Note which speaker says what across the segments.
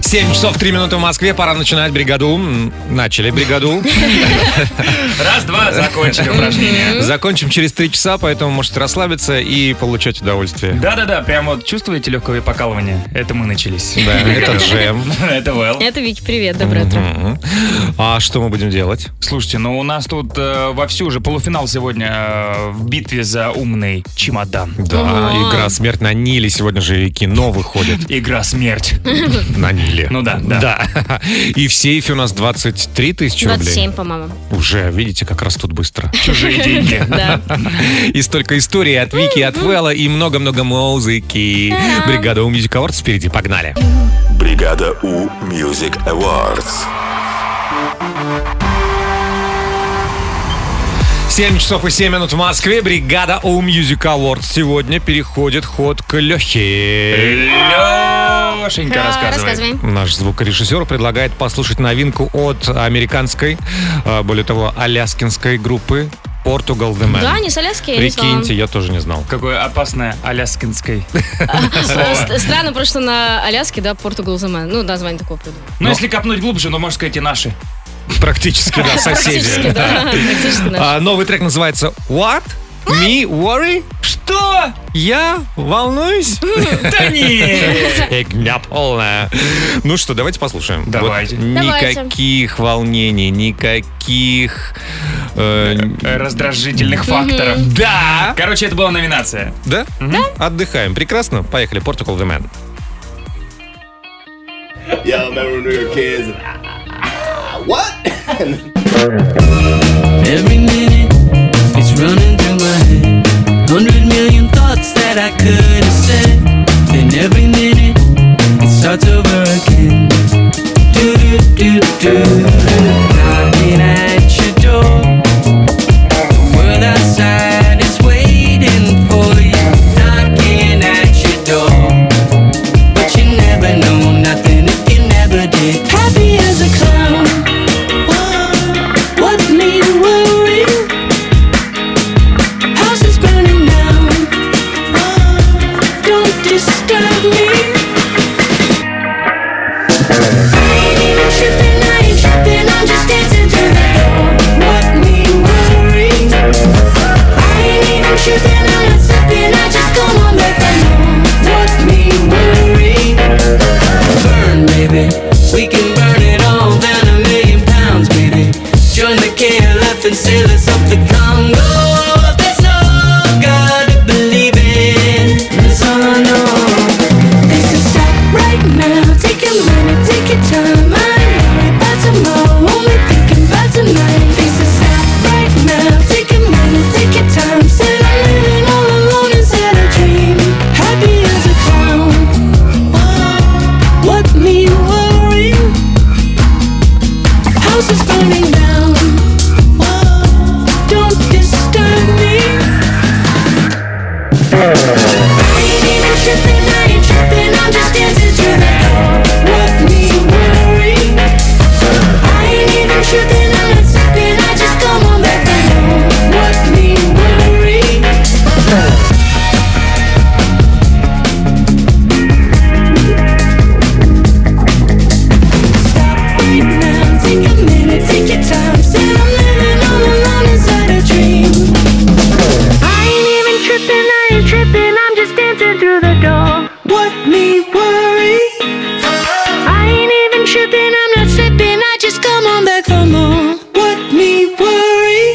Speaker 1: 7 часов 3 минуты в Москве, пора начинать бригаду. М, Начали бригаду.
Speaker 2: Раз-два, закончили упражнение.
Speaker 1: Закончим через 3 часа, поэтому можете расслабиться и получать удовольствие.
Speaker 2: Да-да-да, прям вот чувствуете легкое покалывание? Это мы начались.
Speaker 1: Да, это джем.
Speaker 2: Это Вэл.
Speaker 3: Это Вики, привет, доброе утро.
Speaker 1: Мгм. А что мы будем делать?
Speaker 2: Слушайте, ну у нас тут э, вовсю уже полуфинал сегодня э, в битве за умный чемодан.
Speaker 1: Да,
Speaker 3: Ага.
Speaker 1: игра «Смерть на Ниле». Сегодня же и кино выходит
Speaker 2: Игра смерть.
Speaker 1: на Ниле.
Speaker 2: Ну да, да.
Speaker 1: Да. И в сейфе у нас 23 тысячи рублей.
Speaker 3: 27, по-моему.
Speaker 1: Уже, видите, как растут быстро.
Speaker 2: Чужие деньги.
Speaker 3: Да.
Speaker 1: И столько историй от Вики, и от Вэлла и много-много музыки. Бригада у Music Awards впереди, погнали.
Speaker 4: Бригада У Music Awards.
Speaker 1: 7 часов и 7 минут в Москве. Бригада у Music Awards сегодня переходит ход к Лехе.
Speaker 2: Лешенька,
Speaker 3: А,
Speaker 2: рассказывай.
Speaker 3: Рассказывай.
Speaker 1: Наш звукорежиссер предлагает послушать новинку от американской, э, более того, аляскинской группы Portugal The Man.
Speaker 3: Да, они соляски, я не знала.
Speaker 1: Прикиньте, я тоже не знал.
Speaker 2: Какое опасное аляскинское.
Speaker 3: Э, ст- Странно, потому что на Аляске, да, Португал The Man. Ну, название такое придумал.
Speaker 2: Ну, если копнуть глубже, ну, может сказать, и наши.
Speaker 1: Практически, да,
Speaker 3: Практически,
Speaker 1: соседи.
Speaker 3: да. Практически наш.
Speaker 1: А, Новый трек называется What? Me worry?
Speaker 2: Что?
Speaker 1: Я волнуюсь?
Speaker 2: Да не!
Speaker 1: Фигня полная. Ну что, давайте послушаем.
Speaker 2: Давайте.
Speaker 1: Вот
Speaker 3: Давайте.
Speaker 1: никаких волнений, никаких... э,
Speaker 2: Раздражительных факторов.
Speaker 1: да!
Speaker 2: Короче, это была номинация.
Speaker 1: Да? Отдыхаем. Прекрасно. Поехали. Portugal The Man.
Speaker 5: Y'all remember when we were kids? And, ah, ah, what?
Speaker 6: Every minute it's running through my head. Hundred million thoughts that I could have said. Then every minute it starts over again. Do do do do. Knocking at your door. The world outside is waiting for you. Knocking at your door. But you never know nothing if you never did. Happy as a clown. What's me to worry? House is burning down. Don't disturb me. I ain't even tripping, I ain't tripping, I'm just dancing to the door. What me worry? I ain't even tripping, I'm not slipping, I just come on back the norm. What me worry? burn, baby. We can burn it all down a million pounds, baby. Join the KLF and sail us up the Congo. There's no God to believe in. That's all I know. This is stop right now. Take your minute, take your time. I know about tomorrow. Only thinking about tonight. This is stop right now. Take your minute, take your time. Said I'm living all alone inside a dream. Happy as a clown. What me worry? House is burning down. Don't disturb me. I ain't even tripping, I ain't tripping, I'm just dancing to the door. What me worry? I ain't even tripping, I'm not slipping, I just come on back the door. What me worry? Take a minute, take your time. Said I'm living all alone inside a dream. I ain't even tripping, I ain't tripping. I'm just dancing through the door. What me worry? I ain't even tripping, I'm not slipping. I just come on back for more. What me worry?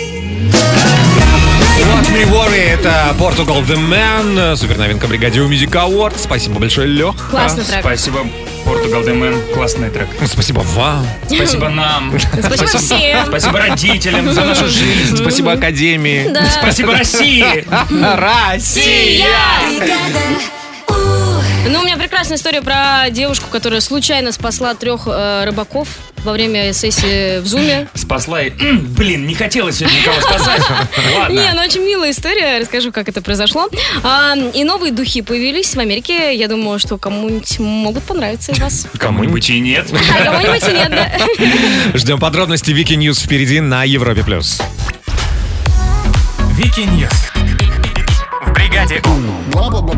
Speaker 1: What Me Worry — это Portugal The Man. э, Суперновинка бригаде у Music Awards. Спасибо большое, Лех.
Speaker 3: Классный трек.
Speaker 2: Спасибо, Португал Дэмэн. Классный трек.
Speaker 1: Спасибо вам.
Speaker 2: Спасибо нам.
Speaker 3: Спасибо всем.
Speaker 2: Спасибо родителям за нашу жизнь.
Speaker 1: Спасибо Академии.
Speaker 3: Да.
Speaker 2: Спасибо России.
Speaker 1: Россия!
Speaker 3: Ну, у меня прекрасная история про девушку, которая случайно спасла трех э, рыбаков во время сессии в Зуме.
Speaker 2: Спасла и... М, Блин, не хотелось сегодня никого спасать.
Speaker 3: Не,
Speaker 2: Ладно.
Speaker 3: ну очень милая история, расскажу, как это произошло. А, и новые духи появились в Америке. Я думаю, что кому-нибудь могут понравиться и вас.
Speaker 2: Кому-нибудь и нет.
Speaker 3: А кому-нибудь и нет, да.
Speaker 1: Ждем подробности Вики Ньюс впереди на Европе+. плюс.
Speaker 2: Вики Ньюс. В бригаде У.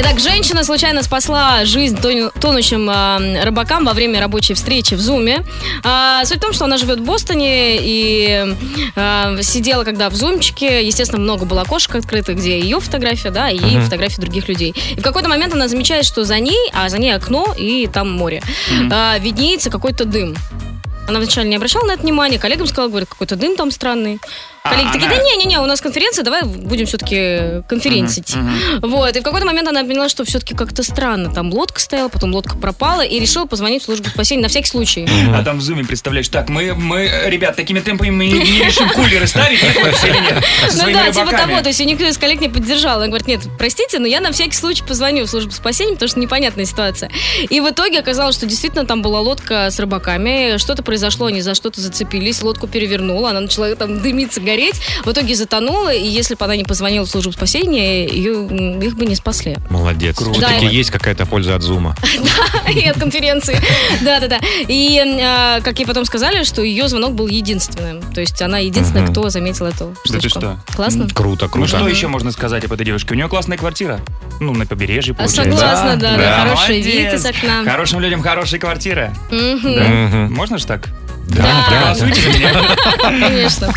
Speaker 3: Итак, женщина случайно спасла жизнь тон- тонущим э, рыбакам во время рабочей встречи в Зуме. А, суть в том, что она живет в Бостоне и э, сидела, когда в Зумчике, естественно, много было окошек открытых, где ее фотография, да, и фотографии других людей. И в какой-то момент она замечает, что за ней, а за ней окно и там море, э, виднеется какой-то дым. Она вначале не обращала на это внимания, коллегам сказала, говорит, какой-то дым там странный.
Speaker 2: А,
Speaker 3: Коллеги такие,
Speaker 2: она-
Speaker 3: да не-не-не, у нас конференция, давай будем все-таки конференцить. Вот, и в какой-то момент она поняла, что все-таки как-то странно. Там лодка стояла, потом лодка пропала, и решила позвонить в службу спасения на всякий случай.
Speaker 2: А там в зуме представляешь, так, мы, мы, ребят, такими темпами мы не, не решим кулеры ставить, нет вообще или нет. Со
Speaker 3: Ну
Speaker 2: своими
Speaker 3: да, типа
Speaker 2: рыбаками.
Speaker 3: того, то есть её никто из коллег не поддержал. Она говорит, нет, простите, но я на всякий случай позвоню в службу спасения, потому что непонятная ситуация. И в итоге оказалось, что действительно там была лодка с рыбаками, что-то произошло, они за что-то зацепились, лодку перевернула, она начала там дымиться, гореть, в итоге затонула, и если бы она не позвонила в службу спасения, её, м, их бы не спасли.
Speaker 1: Молодец.
Speaker 3: Да,
Speaker 1: Все-таки
Speaker 3: и-
Speaker 1: есть какая-то польза от зума.
Speaker 3: и от конференции. Да-да-да. И, э, как ей потом сказали, что ее звонок был единственным. То есть она единственная,
Speaker 1: Мгм.
Speaker 3: кто заметил эту
Speaker 2: Да ты
Speaker 3: штучку.
Speaker 2: что?
Speaker 3: Классно?
Speaker 1: Круто,
Speaker 2: Ну
Speaker 1: круто.
Speaker 2: что еще можно сказать об этой девушке? У нее классная квартира. Ну, на побережье,
Speaker 3: А,
Speaker 2: получается.
Speaker 3: Согласна, да, да. Хороший вид
Speaker 2: Молодец.
Speaker 3: из окна.
Speaker 2: Хорошим людям хорошая квартира.
Speaker 3: Мгм.
Speaker 1: Мгм.
Speaker 2: Можно же так?
Speaker 1: А,
Speaker 3: Да,
Speaker 2: Голосуйте за меня.
Speaker 3: конечно.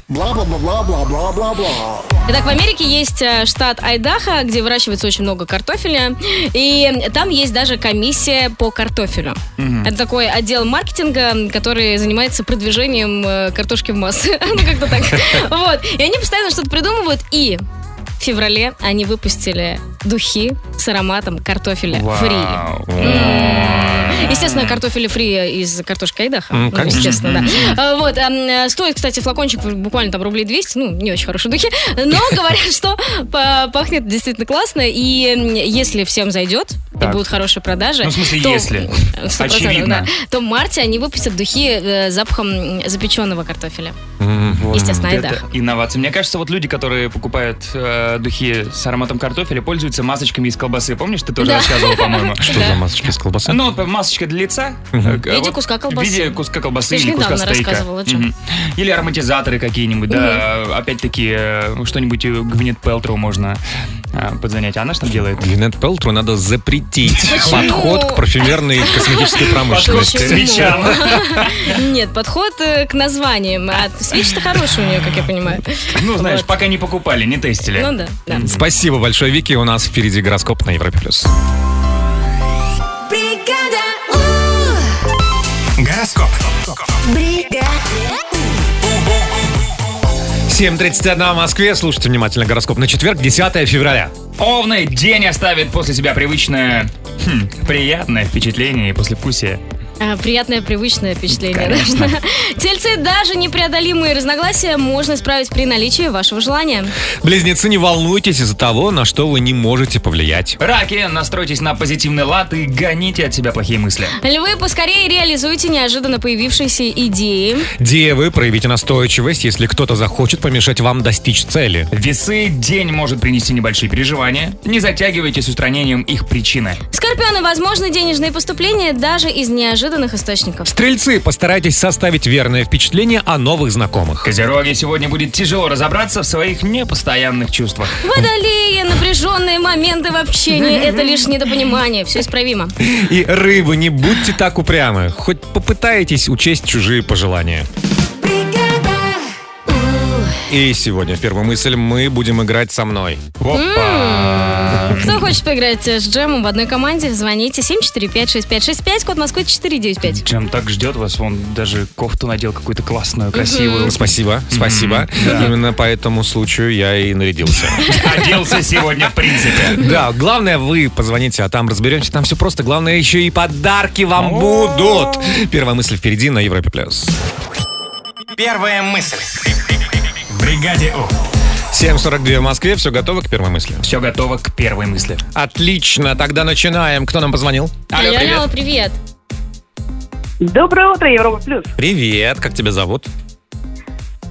Speaker 5: Бла-бла-бла-бла-бла-бла-бла.
Speaker 3: Итак, в Америке есть э, штат Айдаха, где выращивается очень много картофеля. И там есть даже комиссия по картофелю.
Speaker 2: Мгм.
Speaker 3: Это такой отдел маркетинга, который занимается продвижением э, картошки в массы. Ну, как-то так. Вот. И они постоянно что-то придумывают. И в феврале они выпустили духи с ароматом картофеля фри.
Speaker 2: Вау.
Speaker 3: Естественно, картофеля фри из картошки Айдаха.
Speaker 1: М,
Speaker 3: Ну,
Speaker 1: конечно.
Speaker 3: естественно, да. А, Вот, а, м, стоит, кстати, флакончик буквально там рублей 200, ну, не очень хорошие духи, но говорят, что па- пахнет действительно классно, и м, если всем зайдет, и
Speaker 2: Так.
Speaker 3: будут хорошие продажи.
Speaker 2: Ну, в смысле,
Speaker 3: то-
Speaker 2: если.
Speaker 3: Сто процентов,
Speaker 2: Очевидно.
Speaker 3: да. То в марте они выпустят духи э, с запахом м, запеченного картофеля.
Speaker 1: Мгм.
Speaker 3: Естественно,
Speaker 2: Вот
Speaker 3: Айдаха.
Speaker 2: Это инновация. Мне кажется, вот люди, которые покупают э, духи с ароматом картофеля, пользуются масочками из колбасы. Помнишь, ты тоже
Speaker 3: Да.
Speaker 2: рассказывал, по-моему?
Speaker 1: Что
Speaker 3: Да.
Speaker 1: за масочки с колбасой?
Speaker 2: Ну, вот масочка для лица. э,
Speaker 3: виде
Speaker 2: вот
Speaker 3: куска
Speaker 2: В
Speaker 3: колбасы.
Speaker 2: виде куска колбасы
Speaker 3: Ты же
Speaker 2: или куска
Speaker 3: недавно
Speaker 2: стейка.
Speaker 3: рассказывала, Джим.
Speaker 2: Мгм. Или ароматизаторы какие-нибудь, да. Опять-таки, э, что-нибудь э, Гвинет Пелтру можно э, подзанять. А Она что там делает?
Speaker 1: Гвинет Пелтру надо запретить
Speaker 3: Почему?
Speaker 1: подход к парфюмерной и косметической
Speaker 2: Подход к
Speaker 3: Почему?
Speaker 1: промышленности.
Speaker 2: свечам.
Speaker 3: Нет, подход э, к названиям. А свечи-то хорошие у нее, как я понимаю.
Speaker 2: Ну, знаешь,
Speaker 3: Вот.
Speaker 2: пока не покупали, не тестили.
Speaker 3: Ну да, да.
Speaker 1: Спасибо большое, Вики. У нас впереди гороскоп на Европе+. плюс.
Speaker 7: Бригада У!
Speaker 1: Гороскоп.
Speaker 7: Бригада
Speaker 1: 7.31 в Москве. Слушайте внимательно гороскоп на четверг, 10 февраля.
Speaker 2: Овны день оставит после себя привычное, хм, приятное впечатление и послевкусие.
Speaker 3: А, Приятное, привычное впечатление. да?
Speaker 2: Конечно.
Speaker 3: Тельцы, даже непреодолимые разногласия можно исправить при наличии вашего желания.
Speaker 1: Близнецы, не волнуйтесь из-за того, на что вы не можете повлиять.
Speaker 2: Раки, настройтесь на позитивный лад и гоните от себя плохие мысли.
Speaker 3: Львы, поскорее реализуйте неожиданно появившиеся идеи.
Speaker 1: Девы, проявите настойчивость, если кто-то захочет помешать вам достичь цели.
Speaker 2: Весы день может принести небольшие переживания. Не затягивайте с устранением их причины.
Speaker 3: Скорпионы, возможны денежные поступления даже из неожиданных источников.
Speaker 1: Стрельцы, постарайтесь составить верное впечатление о новых знакомых.
Speaker 2: Козероги сегодня будет тяжело разобраться в своих непостоянных чувствах.
Speaker 3: Водолеи, напряженные моменты в общении – это лишь недопонимание. Все исправимо.
Speaker 1: И рыбы, не будьте так упрямы. Хоть попытайтесь учесть чужие пожелания. И сегодня в первую мысль мы будем играть со мной.
Speaker 3: Кто хочет поиграть с Джемом в одной команде, звоните 745-6565, код Москвы 495.
Speaker 2: Джем так ждет вас, он даже кофту надел какую-то классную, красивую.
Speaker 1: Спасибо, спасибо. Именно по этому случаю я и нарядился.
Speaker 2: Оделся сегодня в принципе.
Speaker 1: Да, главное, вы позвоните, а там разберемся. Там все просто. Главное, еще и подарки вам будут. Первая мысль впереди на Европе плюс.
Speaker 8: Первая мысль. В бригаде У.
Speaker 1: 7.42 в Москве. Все готово к первой мысли.
Speaker 2: Все готово к первой мысли.
Speaker 1: Отлично, тогда начинаем. Кто нам позвонил?
Speaker 2: Алло, привет.
Speaker 3: А Алло, привет.
Speaker 9: Доброе утро, Европа Плюс.
Speaker 1: Привет, как тебя зовут?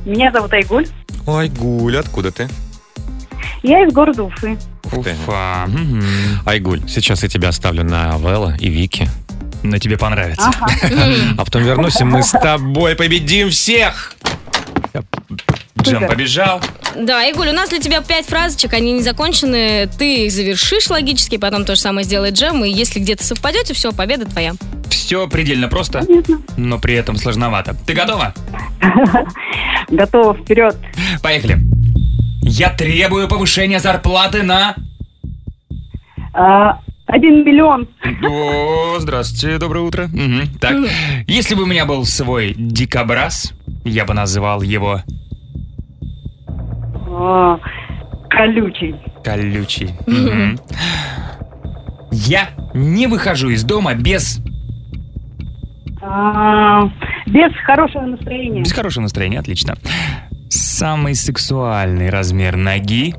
Speaker 9: Меня зовут Айгуль.
Speaker 1: Ой, Гуля, откуда ты?
Speaker 9: Я из города Уфы.
Speaker 2: Уфа. Мгм.
Speaker 1: Айгуль, сейчас я тебя оставлю на Вела и Вики.
Speaker 2: Но тебе понравится.
Speaker 1: А потом вернусь, и мы с тобой победим всех!
Speaker 2: Джем побежал.
Speaker 3: Да, Игуль, у нас для тебя пять фразочек, они не закончены. Ты их завершишь логически, потом то же самое сделает Джем. И если где-то совпадете, все, победа твоя.
Speaker 2: Все предельно просто,
Speaker 9: Понятно.
Speaker 2: но при этом сложновато. Ты готова?
Speaker 9: Готова, вперед.
Speaker 2: Поехали. Я требую повышения зарплаты на...
Speaker 9: А, Один миллион.
Speaker 2: О, здравствуйте, доброе утро. Мгм, Так, если бы у меня был свой дикобраз, я бы называл его
Speaker 9: А, Колючий.
Speaker 2: колючий. Мгм. Я не выхожу из дома без...
Speaker 9: А, Без хорошего настроения.
Speaker 2: Без хорошего настроения, отлично. Самый сексуальный размер ноги.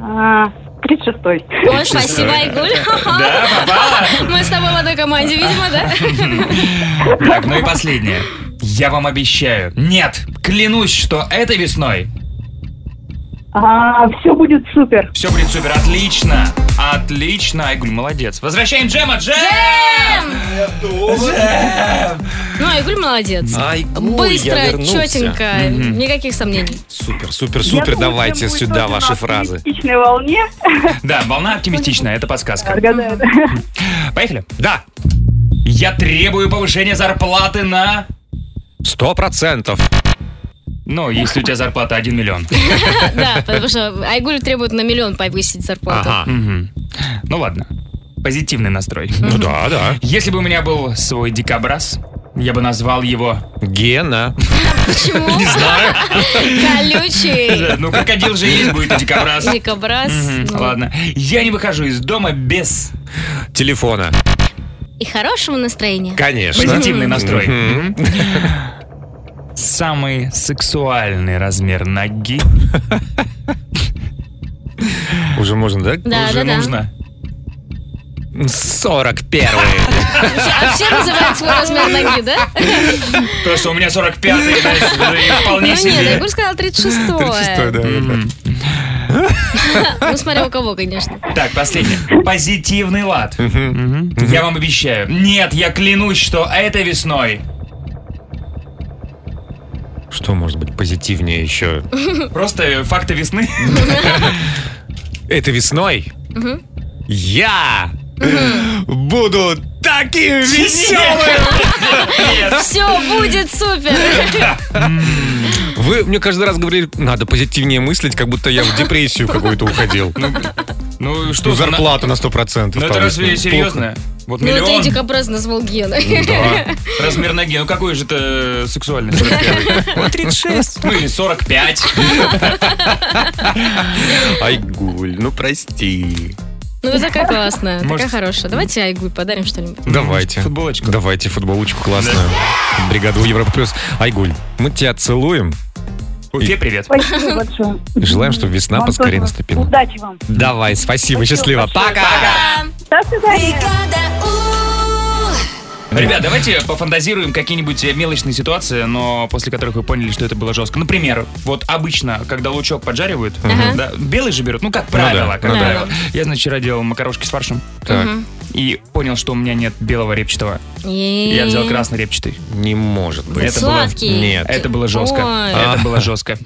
Speaker 9: А, 36-й.
Speaker 3: Ой, спасибо, Игуль.
Speaker 2: Да, попала?
Speaker 3: Мы с тобой в одной команде, видимо, да?
Speaker 2: Так, ну и последнее. Я вам обещаю. Нет, клянусь, что этой весной
Speaker 9: Все А, будет супер.
Speaker 2: все будет супер. Отлично. Отлично. Айгуль, молодец. Возвращаем Джема. Джем! Джем!
Speaker 3: Ну, Игуль молодец.
Speaker 2: А,
Speaker 1: Ай, ой, я
Speaker 3: Быстро,
Speaker 1: вернулся.
Speaker 3: четенько,
Speaker 2: ну, Мгм.
Speaker 3: никаких сомнений.
Speaker 1: Супер, супер, супер. Давайте сюда ваши фразы.
Speaker 9: Отличной волне.
Speaker 2: Да, волна оптимистичная, это подсказка.
Speaker 9: Отгадаю.
Speaker 2: Поехали.
Speaker 1: Да,
Speaker 2: Я требую повышения зарплаты на...
Speaker 1: сто процентов.
Speaker 2: Ну, если у тебя зарплата 1 миллион.
Speaker 3: Да, потому что Айгуль требует на миллион повысить зарплату.
Speaker 1: Ага.
Speaker 2: Мгм. Ну ладно. Позитивный настрой.
Speaker 1: Ну да, да.
Speaker 2: Если бы у меня был свой дикобраз, я бы назвал его...
Speaker 1: Гена.
Speaker 3: Почему? Не знаю. Колючий.
Speaker 2: Ну, крокодил же есть будет и дикобраз.
Speaker 3: Дикобраз.
Speaker 2: Мгм,
Speaker 3: ну.
Speaker 2: Ладно. Я не выхожу из дома без
Speaker 1: Телефона.
Speaker 3: И хорошего настроения.
Speaker 1: Конечно.
Speaker 2: позитивный настрой.
Speaker 1: Мгм.
Speaker 2: Самый сексуальный размер ноги
Speaker 1: Уже можно, да?
Speaker 3: Да,
Speaker 2: уже
Speaker 3: да, да.
Speaker 2: нужно.
Speaker 1: 41
Speaker 3: Все- а все называют свой размер ноги, да?
Speaker 2: То, что у меня 45-й, значит, уже и
Speaker 3: Ну
Speaker 2: вполне
Speaker 3: нет,
Speaker 2: себе.
Speaker 3: Айгуль сказал 36
Speaker 2: Мгм.
Speaker 3: Ну, смотря у кого, конечно.
Speaker 2: Так, последнее. Позитивный лад. Мгм. Я вам обещаю. Нет, я клянусь, что этой весной
Speaker 1: Что может быть позитивнее еще?
Speaker 2: Просто э, факты весны.
Speaker 1: Это весной я буду таким веселым.
Speaker 3: Все будет супер.
Speaker 1: Вы мне каждый раз говорили, надо позитивнее мыслить, как будто я в депрессию какую-то уходил. Что
Speaker 2: Ну что, за на-
Speaker 1: зарплата на 100%.
Speaker 2: Ну это
Speaker 1: там,
Speaker 2: разве
Speaker 1: если
Speaker 2: серьезно? Вот
Speaker 3: Ну, это и
Speaker 2: миллион.
Speaker 3: дикобраз назвал Геной.
Speaker 1: плохо.
Speaker 2: Размер ноги, ну какой же это сексуальный 41 36. Ну или 45.
Speaker 1: Айгуль, ну прости.
Speaker 3: Ну, вы такая классная, такая
Speaker 2: Может-
Speaker 3: хорошая. Давайте Айгуль подарим что-нибудь.
Speaker 1: Давайте.
Speaker 2: Футболочка.
Speaker 1: Давайте футболочку классную. Бригаду Европа Плюс. Айгуль, мы тебя целуем.
Speaker 2: Уфе, привет.
Speaker 9: Спасибо большое.
Speaker 1: Желаем, чтобы весна
Speaker 9: Вам
Speaker 1: поскорее
Speaker 9: тоже
Speaker 1: наступила.
Speaker 9: Удачи вам.
Speaker 1: Давай, спасибо, счастливо. Пока!
Speaker 9: До свидания.
Speaker 2: Ребят, давайте пофантазируем какие-нибудь э, мелочные ситуации, но после которых вы поняли, что это было жестко. Например, вот обычно, когда лучок поджаривают,
Speaker 3: Ага.
Speaker 2: да, белый же берут, ну как
Speaker 1: да,
Speaker 2: правило, как
Speaker 1: ну да.
Speaker 2: правило. Я, значит, вчера делал макарошки с фаршем
Speaker 1: Так,
Speaker 2: и понял, что у меня нет белого репчатого. Я взял красный репчатый.
Speaker 1: не может быть.
Speaker 2: Это было-
Speaker 3: Сладкий.
Speaker 1: Нет.
Speaker 2: Это было жестко.
Speaker 3: Ой.
Speaker 2: Это было жестко.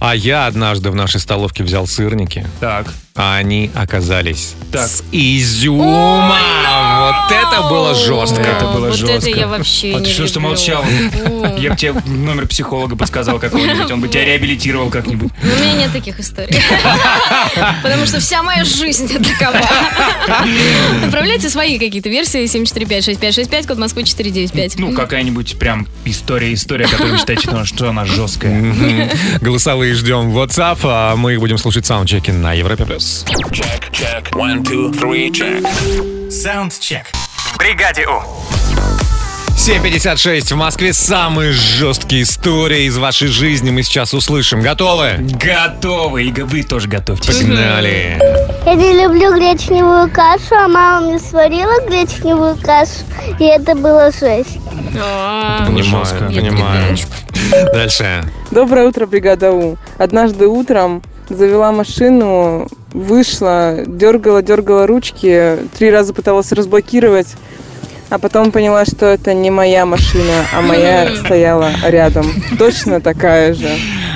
Speaker 1: А я однажды в нашей столовке взял сырники,
Speaker 2: Так.
Speaker 1: а они оказались
Speaker 2: Так.
Speaker 1: с изюмом.
Speaker 3: ну!
Speaker 1: вот это было жестко.
Speaker 2: Это
Speaker 3: О,
Speaker 2: было
Speaker 3: вот
Speaker 2: жестко.
Speaker 3: это я вообще
Speaker 2: Вот
Speaker 3: не
Speaker 2: что ж ты
Speaker 3: люблю.
Speaker 2: молчал?
Speaker 3: Фу.
Speaker 2: Я бы тебе номер психолога подсказал какой-нибудь, он бы тебя реабилитировал как-нибудь.
Speaker 3: Ну, У меня нет таких историй. Потому что вся моя жизнь такова. Отправляйте свои какие-то версии 7456565, код Москвы 495.
Speaker 2: Ну, какая-нибудь прям история, история, которую вы считаете, ну, что она жесткая.
Speaker 1: Мгм. Голосовые ждем в WhatsApp, а мы их будем слушать саундчеки на Европе+. плюс.
Speaker 10: Саундчек. Бригаде У.
Speaker 1: 7.56 в Москве. Самые жесткие истории из вашей жизни мы сейчас услышим. Готовы?
Speaker 2: Готовы, и вы тоже готовьтесь.
Speaker 1: Погнали.
Speaker 11: Я не люблю гречневую кашу, а мама мне сварила гречневую кашу, и это было жесть.
Speaker 3: А,
Speaker 1: Понимаю,
Speaker 2: жестко.
Speaker 1: понимаю. Дальше.
Speaker 12: Доброе утро, бригада У. Однажды утром завела машину, вышла, дергала, дергала ручки, три раза пыталась разблокировать, а потом поняла, что это не моя машина, а моя стояла рядом. Точно такая же.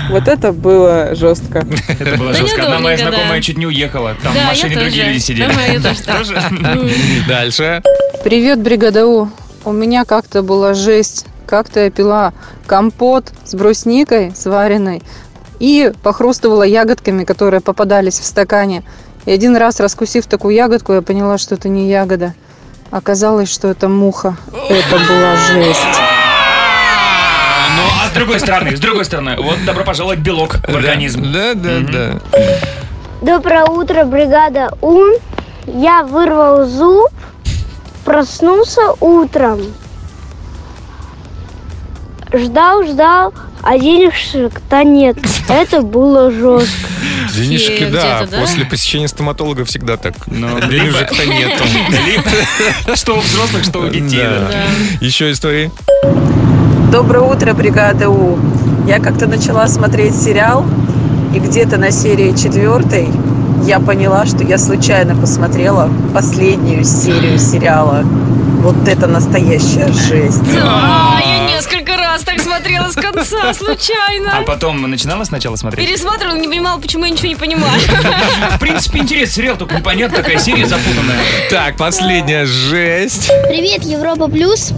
Speaker 13: Вот это было жестко.
Speaker 2: Это было
Speaker 13: Да
Speaker 2: жестко. Одна моя
Speaker 13: недолго, да.
Speaker 2: знакомая чуть не уехала. Там
Speaker 13: Да,
Speaker 2: в
Speaker 13: я
Speaker 2: машине
Speaker 13: тоже.
Speaker 2: другие люди сидели.
Speaker 13: Да, я тоже так.
Speaker 2: Тоже?
Speaker 3: Ну,
Speaker 1: Дальше.
Speaker 12: Привет, бригада У. У меня как-то была жесть. Как-то я пила компот с брусникой сваренной и похрустывала ягодками, которые попадались в стакане. И один раз, раскусив такую ягодку, я поняла, что это не ягода. Оказалось, что это муха. Это была жесть.
Speaker 2: Ну, а с другой стороны, с другой стороны, вот добро пожаловать белок в организм.
Speaker 1: Да, да, да.
Speaker 14: Доброе утро, бригада У. Я вырвал зуб, проснулся утром. Ждал, ждал, а денежек-то нет. Это было жестко.
Speaker 1: Денежки,
Speaker 14: Где-
Speaker 1: да,
Speaker 14: где-то, да?
Speaker 1: после посещения стоматолога всегда так.
Speaker 2: Ну,
Speaker 1: Денежек-то
Speaker 2: либо-
Speaker 1: нету.
Speaker 2: Что у взрослых, что у детей.
Speaker 1: Да. Еще истории?
Speaker 15: Доброе утро, бригада У. Я как-то начала смотреть сериал, и где-то на серии четвертой я поняла, что я случайно посмотрела последнюю серию сериала. Вот это настоящая жесть.
Speaker 3: Да, а, я несколько раз так смотрела с конца случайно.
Speaker 2: А потом начинала сначала смотреть?
Speaker 3: Пересматривала, не понимала, почему я ничего не понимаю.
Speaker 2: В принципе, интересный сериал, только непонятно, такая серия запутанная.
Speaker 1: Так, последняя жесть.
Speaker 9: Привет, Европа Плюс.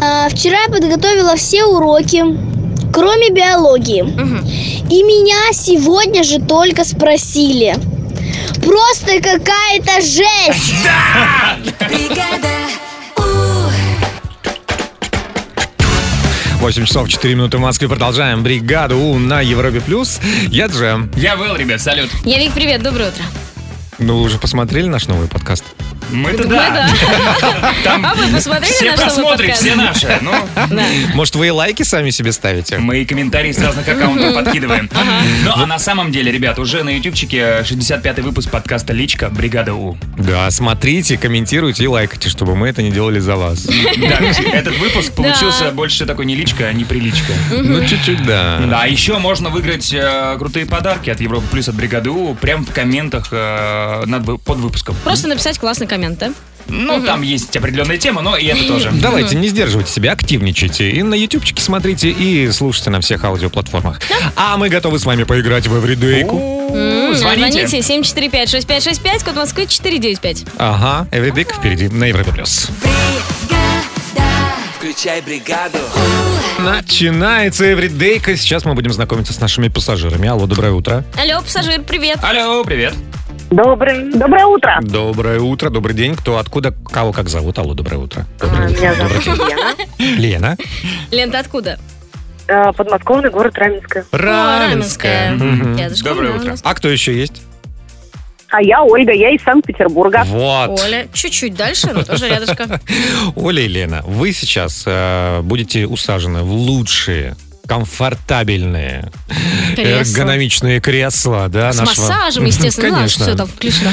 Speaker 9: А, Вчера я подготовила все уроки, кроме биологии. И меня сегодня же только спросили. Просто какая-то жесть! Бригада
Speaker 1: 8 часов 4 минуты в Москве. Продолжаем бригаду У на Европе плюс. Я Джем.
Speaker 2: Я Вэл, ребят, салют.
Speaker 3: Я Вик, привет, доброе утро.
Speaker 1: Ну, вы уже посмотрели наш новый подкаст?
Speaker 2: Мы-то
Speaker 3: да. А вы посмотрели
Speaker 2: все
Speaker 3: наш новый
Speaker 2: просмотры,
Speaker 3: подкаст?
Speaker 2: все наши, ну.
Speaker 3: Да.
Speaker 1: Может, вы и лайки сами себе ставите?
Speaker 2: Мы и комментарии с разных аккаунтов подкидываем. Ну, а на самом деле, ребят, уже на ютубчике 65-й выпуск подкаста «Личка. Бригада У».
Speaker 1: Да, смотрите, комментируйте и лайкайте, чтобы мы это не делали за вас.
Speaker 2: Да, этот выпуск
Speaker 1: Да.
Speaker 2: получился больше такой не личка, а не приличка.
Speaker 1: Ну, чуть-чуть, да.
Speaker 2: Да, а еще можно выиграть э, крутые подарки от Европы Плюс, от Бригады У, прям в комментах э, над, вы- под выпуском.
Speaker 3: Просто написать классный коммент, да?
Speaker 2: Ну, там есть определенная тема, но и это тоже.
Speaker 1: Давайте, не сдерживайте себя, активничайте. И на ютубчике смотрите, и слушайте на всех аудиоплатформах. А мы готовы с вами поиграть в Эвридейку.
Speaker 3: М,
Speaker 1: звоните.
Speaker 3: Звоните 745-6565, код Москвы 495.
Speaker 1: Ага, Эвридейка впереди на Европе+. плюс.
Speaker 6: Включай бригаду.
Speaker 1: Начинается Эвридейка. Сейчас мы будем знакомиться с нашими пассажирами. Алло, доброе утро.
Speaker 3: Алло, пассажир, привет.
Speaker 2: Алло, привет.
Speaker 16: Добрый, доброе утро.
Speaker 1: Доброе утро, добрый день. Кто, откуда, кого, как зовут? Алло, доброе утро. Доброе утро.
Speaker 16: А, Меня зовут
Speaker 1: Добрый день.
Speaker 16: Елена.
Speaker 1: Лена.
Speaker 3: Лен, ты откуда?
Speaker 16: Э, Подмосковный город Раменское.
Speaker 1: Раменская. Мгм.
Speaker 3: Рядышком, да, у нас.
Speaker 1: А кто еще есть?
Speaker 16: А я Ольга, я из Санкт-Петербурга.
Speaker 1: Вот.
Speaker 3: Оля, чуть-чуть дальше, но тоже рядышком.
Speaker 1: Оля и Лена, вы сейчас э, будете усажены в лучшие комфортабельные, э,
Speaker 3: Кресла.
Speaker 1: эргономичные кресла, да,
Speaker 3: С
Speaker 1: нашего-
Speaker 3: массажем, естественно, ну,
Speaker 1: Конечно.
Speaker 3: все там включено.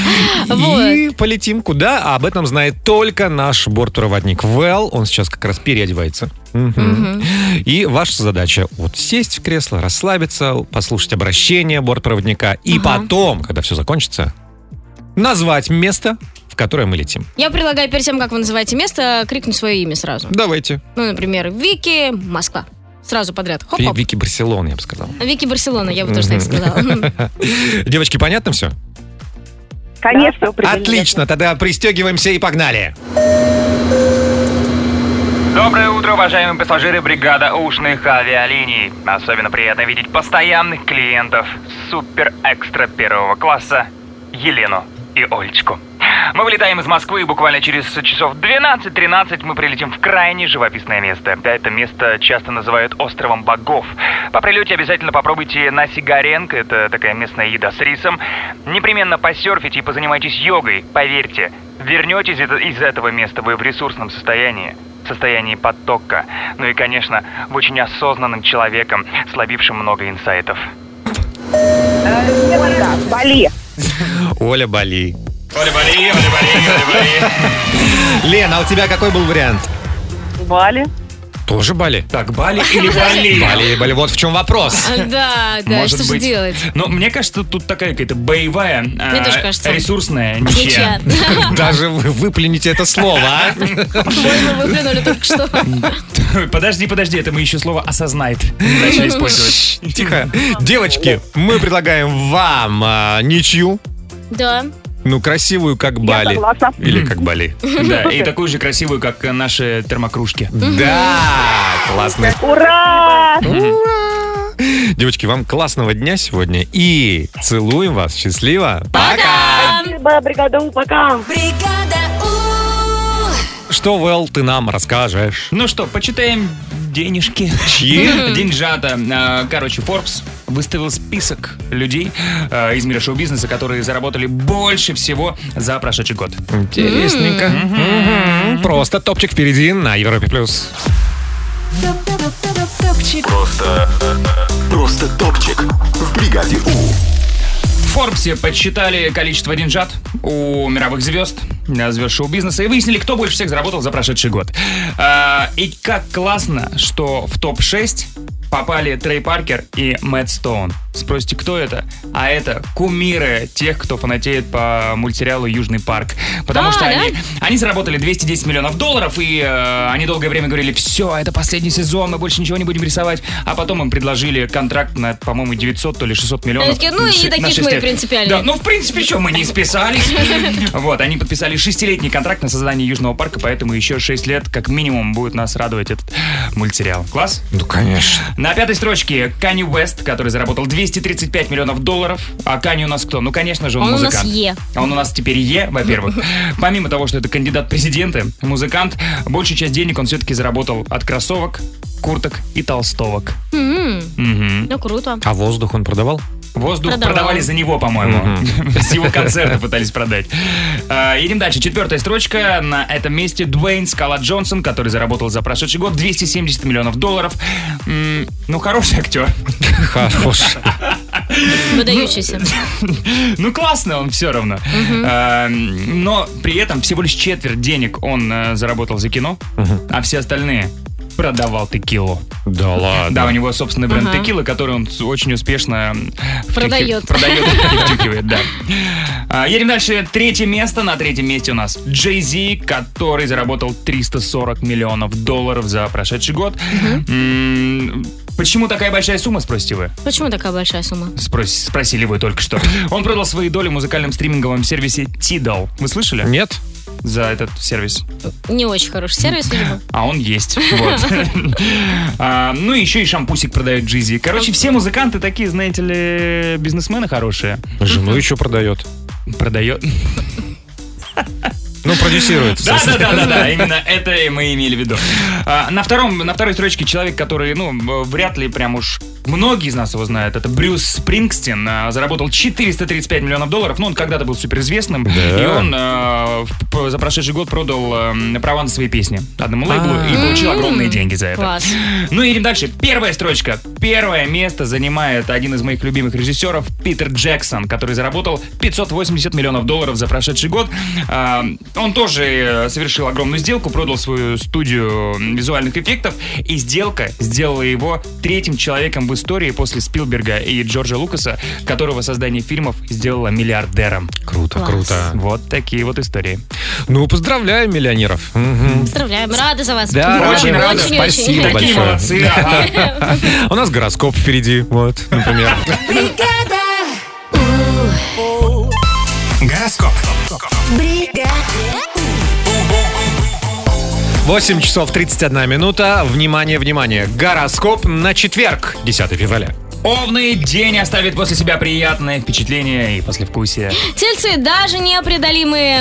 Speaker 1: И полетим куда? А об этом знает только наш бортпроводник Вэл. Он сейчас как раз переодевается. Мгм.
Speaker 3: Мгм.
Speaker 1: И ваша задача вот сесть в кресло, расслабиться, послушать обращение бортпроводника. И потом, когда все закончится, назвать место, в которое мы летим.
Speaker 3: Я предлагаю перед тем, как вы называете место, крикнуть свое имя сразу.
Speaker 1: Давайте.
Speaker 3: Ну, например, Вики, Москва. Сразу подряд. Хоп-хоп.
Speaker 1: Вики Барселон, я бы сказал.
Speaker 3: Вики Барселона, я бы тоже так
Speaker 1: Мгм.
Speaker 3: сказала.
Speaker 1: Девочки, понятно все?
Speaker 16: Конечно.
Speaker 1: Отлично, тогда пристегиваемся и погнали.
Speaker 2: Доброе утро, уважаемые пассажиры бригада ушных авиалиний. Особенно приятно видеть постоянных клиентов супер-экстра первого класса Елену и Олечку. Мы вылетаем из Москвы, и буквально через часов 12-13 мы прилетим в крайне живописное место. Это место часто называют островом богов. По прилете обязательно попробуйте на сигаренко, это такая местная еда с рисом. Непременно посерфите и позанимайтесь йогой, поверьте. Вернетесь из из этого места вы в ресурсном состоянии, в состоянии потока. Ну и, конечно, в очень осознанным человеком, словившим много инсайтов.
Speaker 16: Ольга, Бали.
Speaker 1: Оля Бали. Лена, а у тебя какой был вариант?
Speaker 16: Бали.
Speaker 1: Тоже Бали?
Speaker 2: Так, Бали или Бали?
Speaker 1: Бали, Бали, вот в чем вопрос.
Speaker 3: Да, да,
Speaker 2: Может
Speaker 3: что же
Speaker 2: быть.
Speaker 3: делать?
Speaker 2: Но Ну, мне кажется, тут такая какая-то боевая, а,
Speaker 3: тоже кажется.
Speaker 2: ресурсная
Speaker 3: Ничья.
Speaker 2: ничья.
Speaker 1: Даже вы выплюните это слово, а?
Speaker 3: Больно выглянули только что.
Speaker 2: Подожди, подожди, это мы еще слово осознает. Начали использовать.
Speaker 1: Тихо. Девочки, мы предлагаем вам а, ничью.
Speaker 3: Да.
Speaker 1: Ну, красивую, как Бали.
Speaker 9: согласна.
Speaker 1: Или как Бали.
Speaker 2: Да, и такую же красивую, как э, наши термокружки.
Speaker 1: Да, классно.
Speaker 9: Ура!
Speaker 1: Девочки, вам классного дня сегодня и целуем вас. Счастливо.
Speaker 6: Пока!
Speaker 9: Спасибо, бригада У, пока!
Speaker 6: Бригада У!
Speaker 1: Что, Вэл, ты нам расскажешь?
Speaker 2: Ну что, почитаем денежки.
Speaker 1: Чьи?
Speaker 2: Деньжата. А, Короче, Forbes выставил список людей а, из мира шоу-бизнеса, которые заработали больше всего за прошедший год.
Speaker 1: Интересненько. Мгм. Просто топчик впереди на Европе+. плюс.
Speaker 5: Просто, просто топчик в бригаде У.
Speaker 2: В Форбсе подсчитали количество деньжат у мировых звезд, э, звезд шоу-бизнеса, и выяснили, кто больше всех заработал за прошедший год. А, И как классно, что в топ-6 попали Трей Паркер и Мэтт Стоун. Спросите, кто это? А это кумиры тех, кто фанатеет по мультсериалу «Южный парк». Потому
Speaker 3: А,
Speaker 2: что
Speaker 3: да?
Speaker 2: они, они заработали 210 миллионов долларов, и э, они долгое время говорили, все, это последний сезон, мы больше ничего не будем рисовать. А потом им предложили контракт на, по-моему, 900 то ли 600 миллионов
Speaker 3: Они такие, ну и не
Speaker 2: Ши- на
Speaker 3: такие уж
Speaker 2: шесть
Speaker 3: мы и
Speaker 2: лет.
Speaker 3: принципиальные.
Speaker 2: Да, ну в принципе, что, мы не списались. Вот, они подписали шестилетний контракт на создание Южного парка, поэтому еще шесть лет как минимум будет нас радовать этот мультсериал. Класс?
Speaker 1: Ну, конечно.
Speaker 2: На пятой строчке Канни Уэст, который заработал 235 миллионов долларов. А Канни у нас кто? Ну, конечно же, он,
Speaker 3: Он А у нас
Speaker 2: музыкант. А
Speaker 3: Е.
Speaker 2: Он у нас теперь Е, во-первых. Помимо того, что это кандидат в президенты, музыкант, большую часть денег он все-таки заработал от кроссовок, курток и толстовок.
Speaker 3: М,
Speaker 2: Мгм.
Speaker 3: Ну, круто.
Speaker 1: А воздух он продавал?
Speaker 2: Воздух
Speaker 3: Продавал.
Speaker 2: продавали за него, по-моему. С его концерта пытались продать. А, Едем дальше. Четвертая строчка. На этом месте Дуэйн Скала Джонсон, который заработал за прошедший год 270 миллионов долларов. М, Ну, хороший актер.
Speaker 1: Хорош.
Speaker 3: Выдающийся.
Speaker 2: Ну, классно он все равно. А, Но при этом всего лишь четверть денег он э, заработал за кино, а все остальные продавал текилу.
Speaker 1: Да ладно.
Speaker 2: Да, у него собственный бренд
Speaker 3: Ага.
Speaker 2: текилы, который он с- очень успешно втюхивает-
Speaker 3: Продает.
Speaker 2: Продает и втюхивает, да. А, Едем дальше. Третье место. На третьем месте у нас Джей Зи, который заработал 340 миллионов долларов за прошедший год. М, Почему такая большая сумма, спросите вы?
Speaker 3: Почему такая большая сумма?
Speaker 2: Спрос- спросили вы только что. Он продал свои доли в музыкальном стриминговом сервисе Tidal. Вы слышали?
Speaker 1: Нет.
Speaker 2: За этот сервис.
Speaker 3: Не очень хороший сервис, видимо.
Speaker 2: А он есть. Вот. А, Ну и еще и шампусик продает Джизи. Короче, все музыканты такие, знаете ли, бизнесмены хорошие.
Speaker 1: Жену еще продает.
Speaker 2: Продает.
Speaker 1: Ну, продюсирует.
Speaker 2: Да, да, да, да, да, именно это и мы имели в виду. А, На втором, на второй строчке человек, который, ну, м, вряд ли прям уж многие из нас его знают, это Брюс Спрингстин, А, заработал 435 миллионов долларов, ну, он когда-то был суперизвестным,
Speaker 1: Да.
Speaker 2: и он а, в- п- за прошедший год продал эм, права на свои песни одному лейблу и получил огромные деньги за это.
Speaker 3: Класс.
Speaker 2: Ну и идем дальше. Первая строчка. Первое место занимает один из моих любимых режиссеров Питер Джексон, который заработал 580 миллионов долларов за прошедший год. А, Он тоже э, совершил огромную сделку, продал свою студию м, визуальных эффектов, и сделка сделала его третьим человеком в истории после Спилберга и Джорджа Лукаса, которого создание фильмов сделало миллиардером.
Speaker 1: Круто,
Speaker 3: Класс.
Speaker 1: круто.
Speaker 2: Вот такие вот истории.
Speaker 1: Ну, поздравляем миллионеров. Мгм.
Speaker 3: Поздравляем, рада за вас.
Speaker 1: Да,
Speaker 3: Очень,
Speaker 1: очень рада.
Speaker 3: очень,
Speaker 1: Спасибо
Speaker 3: очень.
Speaker 2: Такие
Speaker 1: большое.
Speaker 2: молодцы, ага.
Speaker 1: У нас гороскоп впереди, вот, например.
Speaker 6: Бригада!
Speaker 17: Гороскоп.
Speaker 6: Бригада!
Speaker 1: 8 часов 31 минута. Внимание, внимание. Гороскоп на четверг, 10 февраля.
Speaker 2: Овный день оставит после себя приятное впечатление и послевкусие.
Speaker 3: Тельцы, даже непреодолимые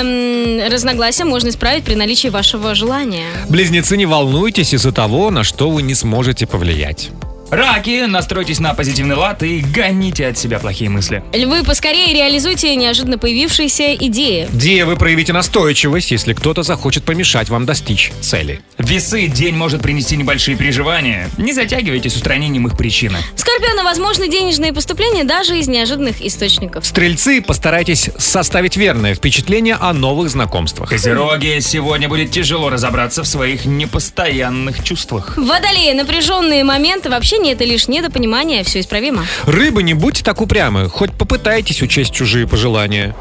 Speaker 3: м, разногласия можно исправить при наличии вашего желания.
Speaker 1: Близнецы, не волнуйтесь из-за того, на что вы не сможете повлиять.
Speaker 2: Раки, настройтесь на позитивный лад и гоните от себя плохие мысли.
Speaker 3: Львы, поскорее реализуйте неожиданно появившиеся идеи.
Speaker 1: Где вы проявите настойчивость, если кто-то захочет помешать вам достичь цели?
Speaker 2: Весы, день может принести небольшие переживания. Не затягивайте с устранением их причины.
Speaker 3: Скорпионы, возможны денежные поступления даже из неожиданных источников.
Speaker 1: Стрельцы, постарайтесь составить верное впечатление о новых знакомствах.
Speaker 2: Козероги, сегодня будет тяжело разобраться в своих непостоянных чувствах.
Speaker 3: Водолеи, напряженные моменты вообще не это лишь недопонимание, все исправимо.
Speaker 1: Рыбы, не будьте так упрямы, хоть попытайтесь учесть чужие пожелания.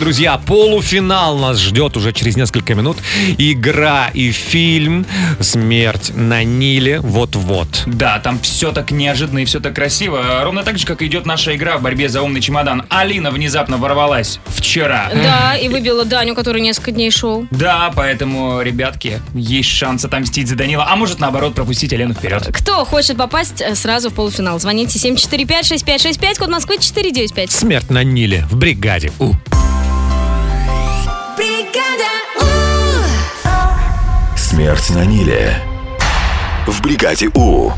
Speaker 1: Друзья, полуфинал нас ждет уже через несколько минут. Игра и фильм «Смерть на Ниле» вот-вот.
Speaker 2: Да, там все так неожиданно и все так красиво. Ровно так же, как идет наша игра в борьбе за умный чемодан. Алина внезапно ворвалась вчера.
Speaker 3: Да, и выбила Даню, который несколько дней шел.
Speaker 2: Да, поэтому, ребятки, есть шанс отомстить за Данила, а может, наоборот, пропустить Алену вперед.
Speaker 3: Кто хочет попасть э, сразу в полуфинал? Звоните 745-6565, код Москвы 495.
Speaker 1: «Смерть на Ниле» в бригаде У.
Speaker 5: Смерть на Ниле. В бригаде У.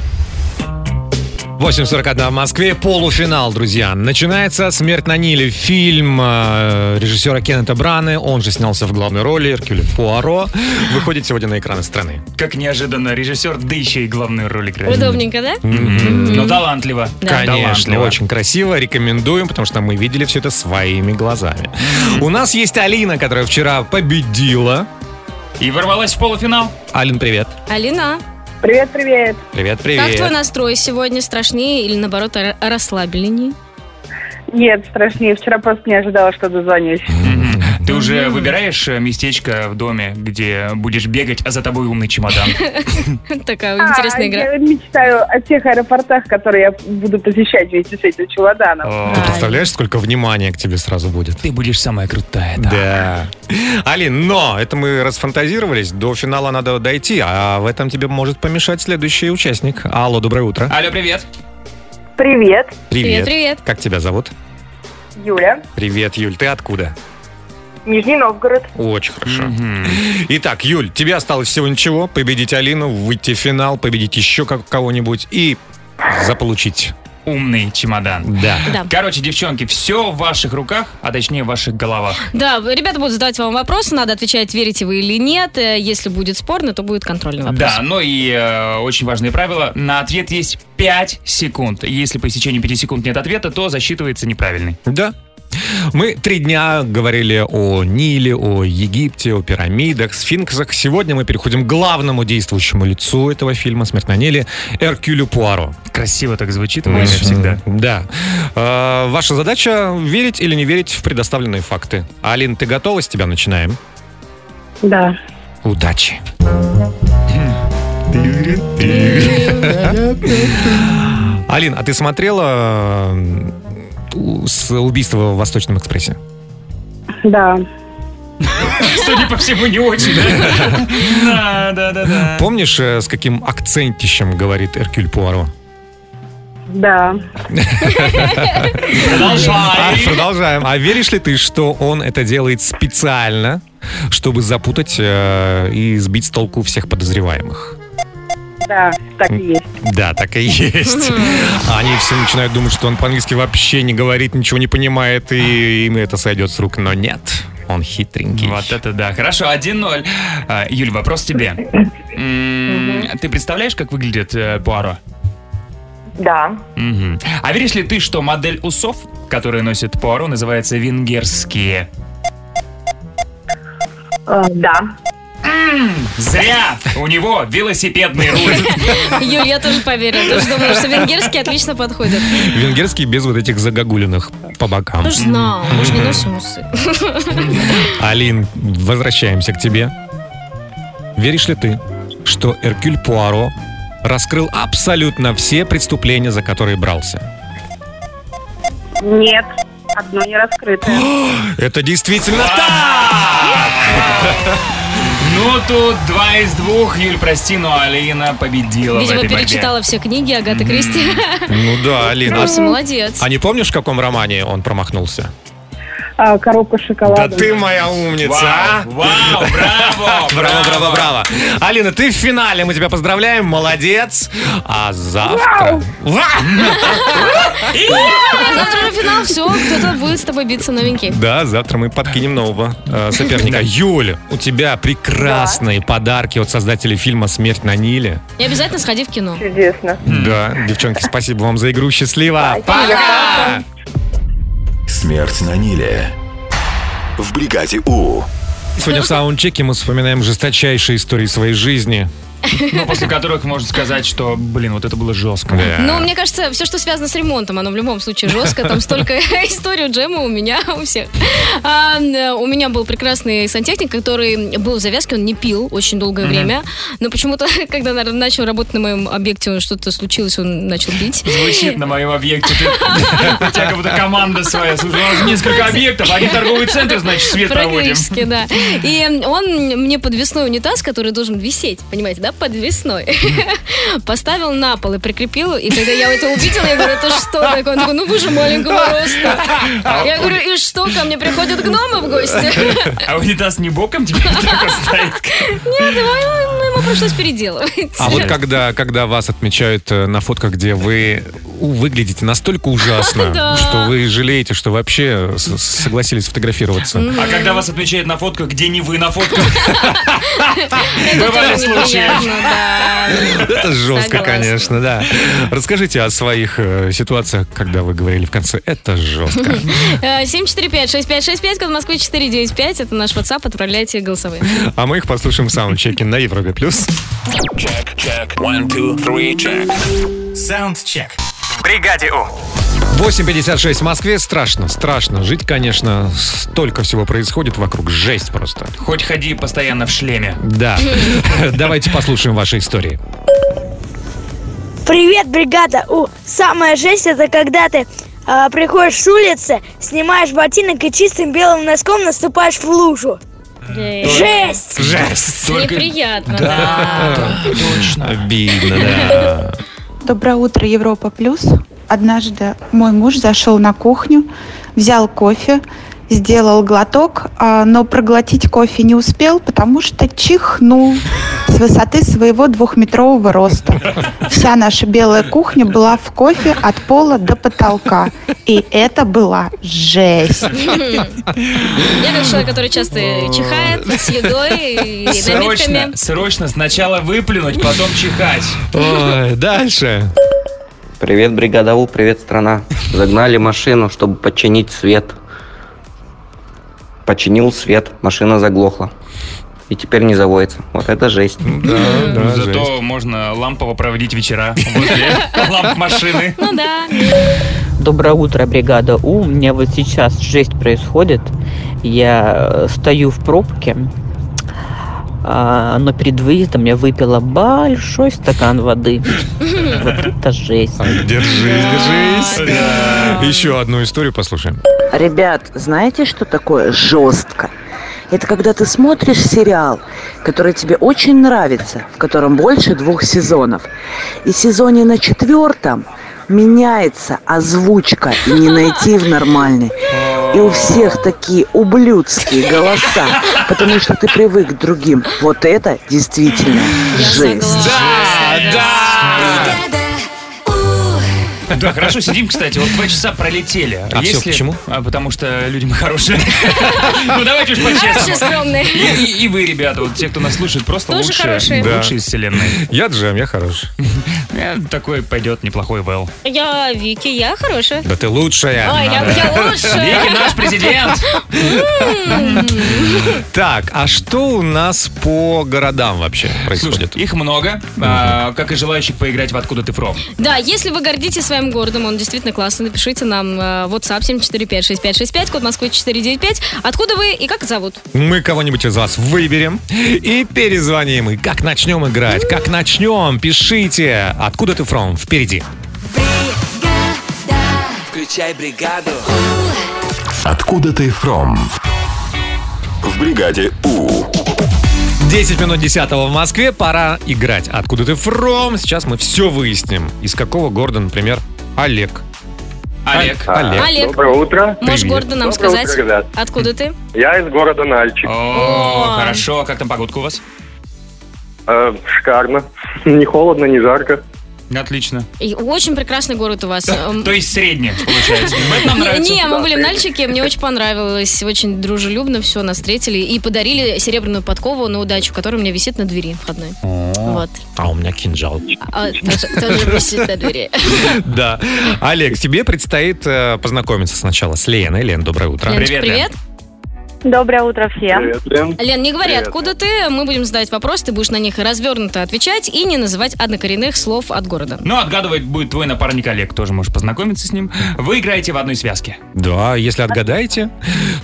Speaker 1: 8.41 в Москве. Полуфинал, друзья. Начинается «Смерть на Ниле». Фильм э, режиссера Кеннета Браны. Он же снялся в главной роли Эркюля Пуаро. Выходит сегодня на экраны страны.
Speaker 2: Как неожиданно, режиссер, да еще и главную роль играет.
Speaker 3: Удобненько, да?
Speaker 2: Но талантливо.
Speaker 3: Да.
Speaker 1: М-м. Конечно,
Speaker 2: Талантливо.
Speaker 1: очень красиво. Рекомендуем, потому что мы видели все это своими глазами. У нас есть Алина, которая вчера победила.
Speaker 2: И ворвалась в полуфинал.
Speaker 1: Алин, привет.
Speaker 3: Алина,
Speaker 9: Привет, привет.
Speaker 1: Привет,
Speaker 3: как твой
Speaker 1: привет.
Speaker 3: настрой сегодня? Страшнее или, наоборот, ра- расслабленнее?
Speaker 9: Нет, страшнее. Вчера просто не ожидала, что дозвонюсь.
Speaker 2: Ты уже выбираешь э, местечко в доме, где будешь бегать, а за тобой умный чемодан.
Speaker 3: Такая интересная
Speaker 9: А,
Speaker 3: игра.
Speaker 9: Я мечтаю о тех аэропортах, которые я буду посещать вместе с этим чемоданом.
Speaker 1: Ты представляешь, сколько внимания к тебе сразу будет?
Speaker 2: Ты будешь самая крутая, да.
Speaker 1: Да. Алин, но это мы расфантазировались. До финала надо дойти, а в этом тебе может помешать следующий участник. Алло, доброе утро.
Speaker 2: Алло, привет.
Speaker 9: Привет,
Speaker 3: привет.
Speaker 1: Как тебя зовут?
Speaker 9: Юля.
Speaker 1: Привет, Юль. Ты откуда?
Speaker 9: Нижний Новгород.
Speaker 1: Очень хорошо. Итак, Юль, тебе осталось всего ничего. Победить Алину, выйти в финал, победить еще как- кого-нибудь и заполучить.
Speaker 2: Умный чемодан.
Speaker 1: Да.
Speaker 3: Да.
Speaker 2: Короче, девчонки, все в ваших руках, а точнее в ваших головах.
Speaker 3: Да, ребята будут задавать вам вопросы, надо отвечать, верите вы или нет. Э, Если будет спорно, то будет контрольный вопрос.
Speaker 2: Да, но и э, очень важные правила. На ответ есть 5 секунд. Если по истечении 5 секунд нет ответа, то засчитывается неправильный.
Speaker 1: Да. Мы три дня говорили о Ниле, о Египте, о пирамидах, сфинксах. Сегодня мы переходим к главному действующему лицу этого фильма «Смерть на Ниле» — Эркюлю Пуаро.
Speaker 2: Красиво так звучит, мы всегда.
Speaker 1: Да. Э, Ваша задача — верить или не верить в предоставленные факты. Алин, ты готова? С тебя начинаем.
Speaker 9: Да.
Speaker 1: Удачи. Алин, а ты смотрела э, у- с убийство в Восточном экспрессе?
Speaker 9: Да.
Speaker 2: Судя по всему, не очень, да? Да, да, да, да.
Speaker 1: Помнишь, э, с каким акцентищем говорит Эркюль Пуаро?
Speaker 9: Да.
Speaker 1: А,
Speaker 2: Продолжай.
Speaker 1: продолжаем. А веришь ли ты, что он это делает специально, чтобы запутать э, и сбить с толку всех подозреваемых?
Speaker 9: Да, так и есть.
Speaker 1: Да, так и есть.
Speaker 2: Хм.
Speaker 1: Они все начинают думать, что он по-английски вообще не говорит, ничего не понимает, и им это сойдет с рук. Но нет, он хитренький.
Speaker 2: Вот это да. Хорошо, 1-0. А, Юль, вопрос тебе. М, Ты представляешь, как выглядит э, Пуаро?
Speaker 9: Да.
Speaker 2: Мгм. А веришь ли ты, что модель усов, которые носит Пуаро, называется венгерские?
Speaker 9: Э, да.
Speaker 2: Зря! У него велосипедный руль.
Speaker 3: Юль, я тоже поверила. Тоже думала, что венгерский отлично подходит.
Speaker 1: Венгерский без вот этих загогулиных по бокам.
Speaker 3: Кто ж знал, мы же не носим усы.
Speaker 1: Алин, возвращаемся к тебе. Веришь ли ты, что Эркюль Пуаро раскрыл абсолютно все преступления, за которые брался?
Speaker 9: Нет. Одно не раскрыто.
Speaker 1: Это действительно А! так!
Speaker 2: Ну тут два из двух. Юль, прости, но Алина победила в
Speaker 3: Видимо,
Speaker 2: этой борьбе.
Speaker 3: перечитала все книги Агаты Кристи.
Speaker 1: Ну да, Алин.
Speaker 3: Просто молодец.
Speaker 1: А не помнишь, в каком романе он промахнулся?
Speaker 18: а, коробка шоколада.
Speaker 1: Да ты моя умница, а?
Speaker 2: Вау, вау, браво,
Speaker 1: Браво, браво, браво. Алина, ты в финале, мы тебя поздравляем, молодец. А завтра...
Speaker 3: А завтра уже финал, все, кто-то будет с тобой биться новенький.
Speaker 1: Да, завтра мы подкинем нового э, соперника. Юля, у тебя прекрасные подарки от создателей фильма «Смерть на Ниле».
Speaker 3: И обязательно сходи в кино.
Speaker 18: Чудесно.
Speaker 1: Да, девчонки, спасибо вам за игру. Счастливо. Пока!
Speaker 5: Смерть на Ниле. В бригаде У.
Speaker 1: Сегодня в саундчеке мы вспоминаем жесточайшие истории своей жизни.
Speaker 2: Ну, после которых можно сказать, что, блин, вот это было жестко.
Speaker 3: Ну, мне кажется, все, что связано с ремонтом, оно в любом случае жестко. Там столько историй у Джема, у меня, у всех. А, э, у меня был прекрасный сантехник, который был в завязке, он не пил очень долгое
Speaker 2: Мгм.
Speaker 3: время. Но почему-то, когда наверно, начал работать на моем объекте, он- что-то случилось, он начал пить.
Speaker 2: Звучит на моем объекте. Ты, у тебя как будто команда своя. Слушай, у нас несколько объектов, один торговый центр, значит, свет проводим.
Speaker 3: Практически, да. И он мне подвесной унитаз, который должен висеть, понимаете, да, подвесной, поставил на пол и прикрепил. И когда я это увидела, я говорю, это что такое? Он такой, ну вы же маленького роста. Я говорю, и что, ко мне приходят гномы в гости?
Speaker 2: А унитаз не боком тебе так вот стоит?
Speaker 3: Нет, ему ему пришлось переделывать.
Speaker 1: А вот когда, когда вас отмечают э, на фотках, где вы у, выглядите настолько ужасно,
Speaker 3: Да.
Speaker 1: что вы жалеете, что вообще с- согласились фотографироваться.
Speaker 2: А когда вас отмечают на фотках, где не вы на фотках?
Speaker 3: Это
Speaker 2: Бывали
Speaker 3: тоже
Speaker 2: случаи.
Speaker 3: неприятно, да.
Speaker 1: Это жестко,
Speaker 3: Согласна.
Speaker 1: конечно, да. Расскажите о своих э, ситуациях, когда вы говорили в конце «это жестко».
Speaker 3: Э, 745-6565, код Москвы 495. Это наш WhatsApp, отправляйте голосовые.
Speaker 1: А мы их послушаем в саундчеке на Европе+. плюс.
Speaker 19: Саундчек. В бригаде У.
Speaker 1: 8.56 в Москве. Страшно, страшно жить, конечно. Столько всего происходит вокруг. Жесть просто.
Speaker 2: Хоть ходи постоянно в шлеме.
Speaker 1: Да. Давайте послушаем ваши истории.
Speaker 9: Привет, бригада! У, самая жесть это когда ты а, приходишь с улицы, снимаешь ботинок и чистым белым носком наступаешь в лужу. Жесть!
Speaker 1: Жесть.
Speaker 3: Неприятно,
Speaker 1: Да, точно. Обидно, да.
Speaker 12: Доброе утро, Европа Плюс. Однажды мой муж зашел на кухню, взял кофе, сделал глоток, а, но проглотить кофе не успел, потому что чихнул с высоты своего двухметрового роста. Вся наша белая кухня была в кофе от пола до потолка. И это была жесть.
Speaker 3: Я как человек, который часто чихает с едой и
Speaker 2: Срочно,
Speaker 3: напитками.
Speaker 2: срочно сначала выплюнуть, потом чихать.
Speaker 1: Ой, дальше.
Speaker 20: Привет, бригада У, привет, страна. Загнали машину, чтобы починить свет. Починил свет, машина заглохла. И теперь не заводится. Вот это жесть.
Speaker 1: Ну да,
Speaker 2: Зато можно лампово проводить вечера возле ламп машины.
Speaker 3: Ну да.
Speaker 21: Доброе утро, бригада У. У меня вот сейчас жесть происходит. Я э, стою в пробке, а, но перед выездом я выпила большой стакан воды. Вот это жесть.
Speaker 1: Держись, держись. Еще одну историю послушаем.
Speaker 6: Ребят, знаете, что такое жестко? Это когда ты смотришь сериал, который тебе очень нравится, в котором больше двух сезонов. И в сезоне на четвертом меняется озвучка, и не найти в нормальной. И у всех такие ублюдские голоса, потому что ты привык к другим. Вот это действительно жесть.
Speaker 2: Да, хорошо сидим, кстати. Вот два часа пролетели.
Speaker 1: А всё почему?
Speaker 2: А потому что люди мы хорошие. Ну давайте уж
Speaker 3: Хорошие,
Speaker 2: по-честному.
Speaker 3: скромные.
Speaker 2: И- И и вы, ребята, вот те, кто нас слушает, просто
Speaker 3: Тоже
Speaker 2: лучшие.
Speaker 3: хорошие.
Speaker 1: Да.
Speaker 2: Лучшие из вселенной.
Speaker 1: Я Джем, я хорош.
Speaker 2: Э, Такой пойдет неплохой Вэл.
Speaker 3: Я Вики, я хорошая.
Speaker 1: Да ты лучшая.
Speaker 3: Ой, я, я лучшая.
Speaker 2: Вики наш президент.
Speaker 1: Так, а что у нас по городам вообще происходит?
Speaker 2: Их много, а, как и желающих поиграть в «Откуда ты фром».
Speaker 3: Да, если вы гордитесь своим городом, он действительно классный, напишите нам э, WhatsApp 7456565, код Москвы 495. Откуда вы и как зовут?
Speaker 1: Мы кого-нибудь из вас выберем и перезвоним. И как начнем играть? Как начнем? Пишите. Откуда ты from? Впереди.
Speaker 7: Включай бригаду.
Speaker 5: Откуда ты from? В бригаде У.
Speaker 1: 10 минут 10 в Москве. Пора играть. Откуда ты from? Сейчас мы все выясним. Из какого города, например, Олег. А.
Speaker 2: Олег.
Speaker 22: Олег.
Speaker 3: Олег.
Speaker 22: Доброе утро.
Speaker 3: Можешь гордо
Speaker 22: Доброе
Speaker 3: нам
Speaker 22: утро,
Speaker 3: сказать,
Speaker 22: ребят.
Speaker 3: откуда ты?
Speaker 22: Я из города Нальчик.
Speaker 2: О, хорошо. Как там погодка у вас?
Speaker 22: Э, шикарно. Не холодно, не жарко.
Speaker 2: Отлично.
Speaker 3: И очень прекрасный город у вас. Эм,
Speaker 2: То есть средняя, получается. Это нам
Speaker 3: Не,
Speaker 2: нравится.
Speaker 3: не, мы были в Нальчике, мне очень понравилось, очень дружелюбно все нас встретили и подарили серебряную подкову на удачу, которая у меня висит на двери входной. Вот.
Speaker 1: А у меня кинжал.
Speaker 3: А, тоже- Тоже висит на двери.
Speaker 1: Да. Олег, тебе предстоит э, познакомиться сначала с Леной. Лен, доброе утро.
Speaker 3: Леночка, привет.
Speaker 23: Доброе утро всем.
Speaker 3: Лен, не говори,
Speaker 1: Привет.
Speaker 3: откуда ты, мы будем задавать вопросы, ты будешь на них развернуто отвечать и не называть однокоренных слов от города.
Speaker 2: Ну, отгадывать будет твой напарник Олег, тоже можешь познакомиться с ним. Вы играете в одной связке.
Speaker 1: Да, если отгадаете,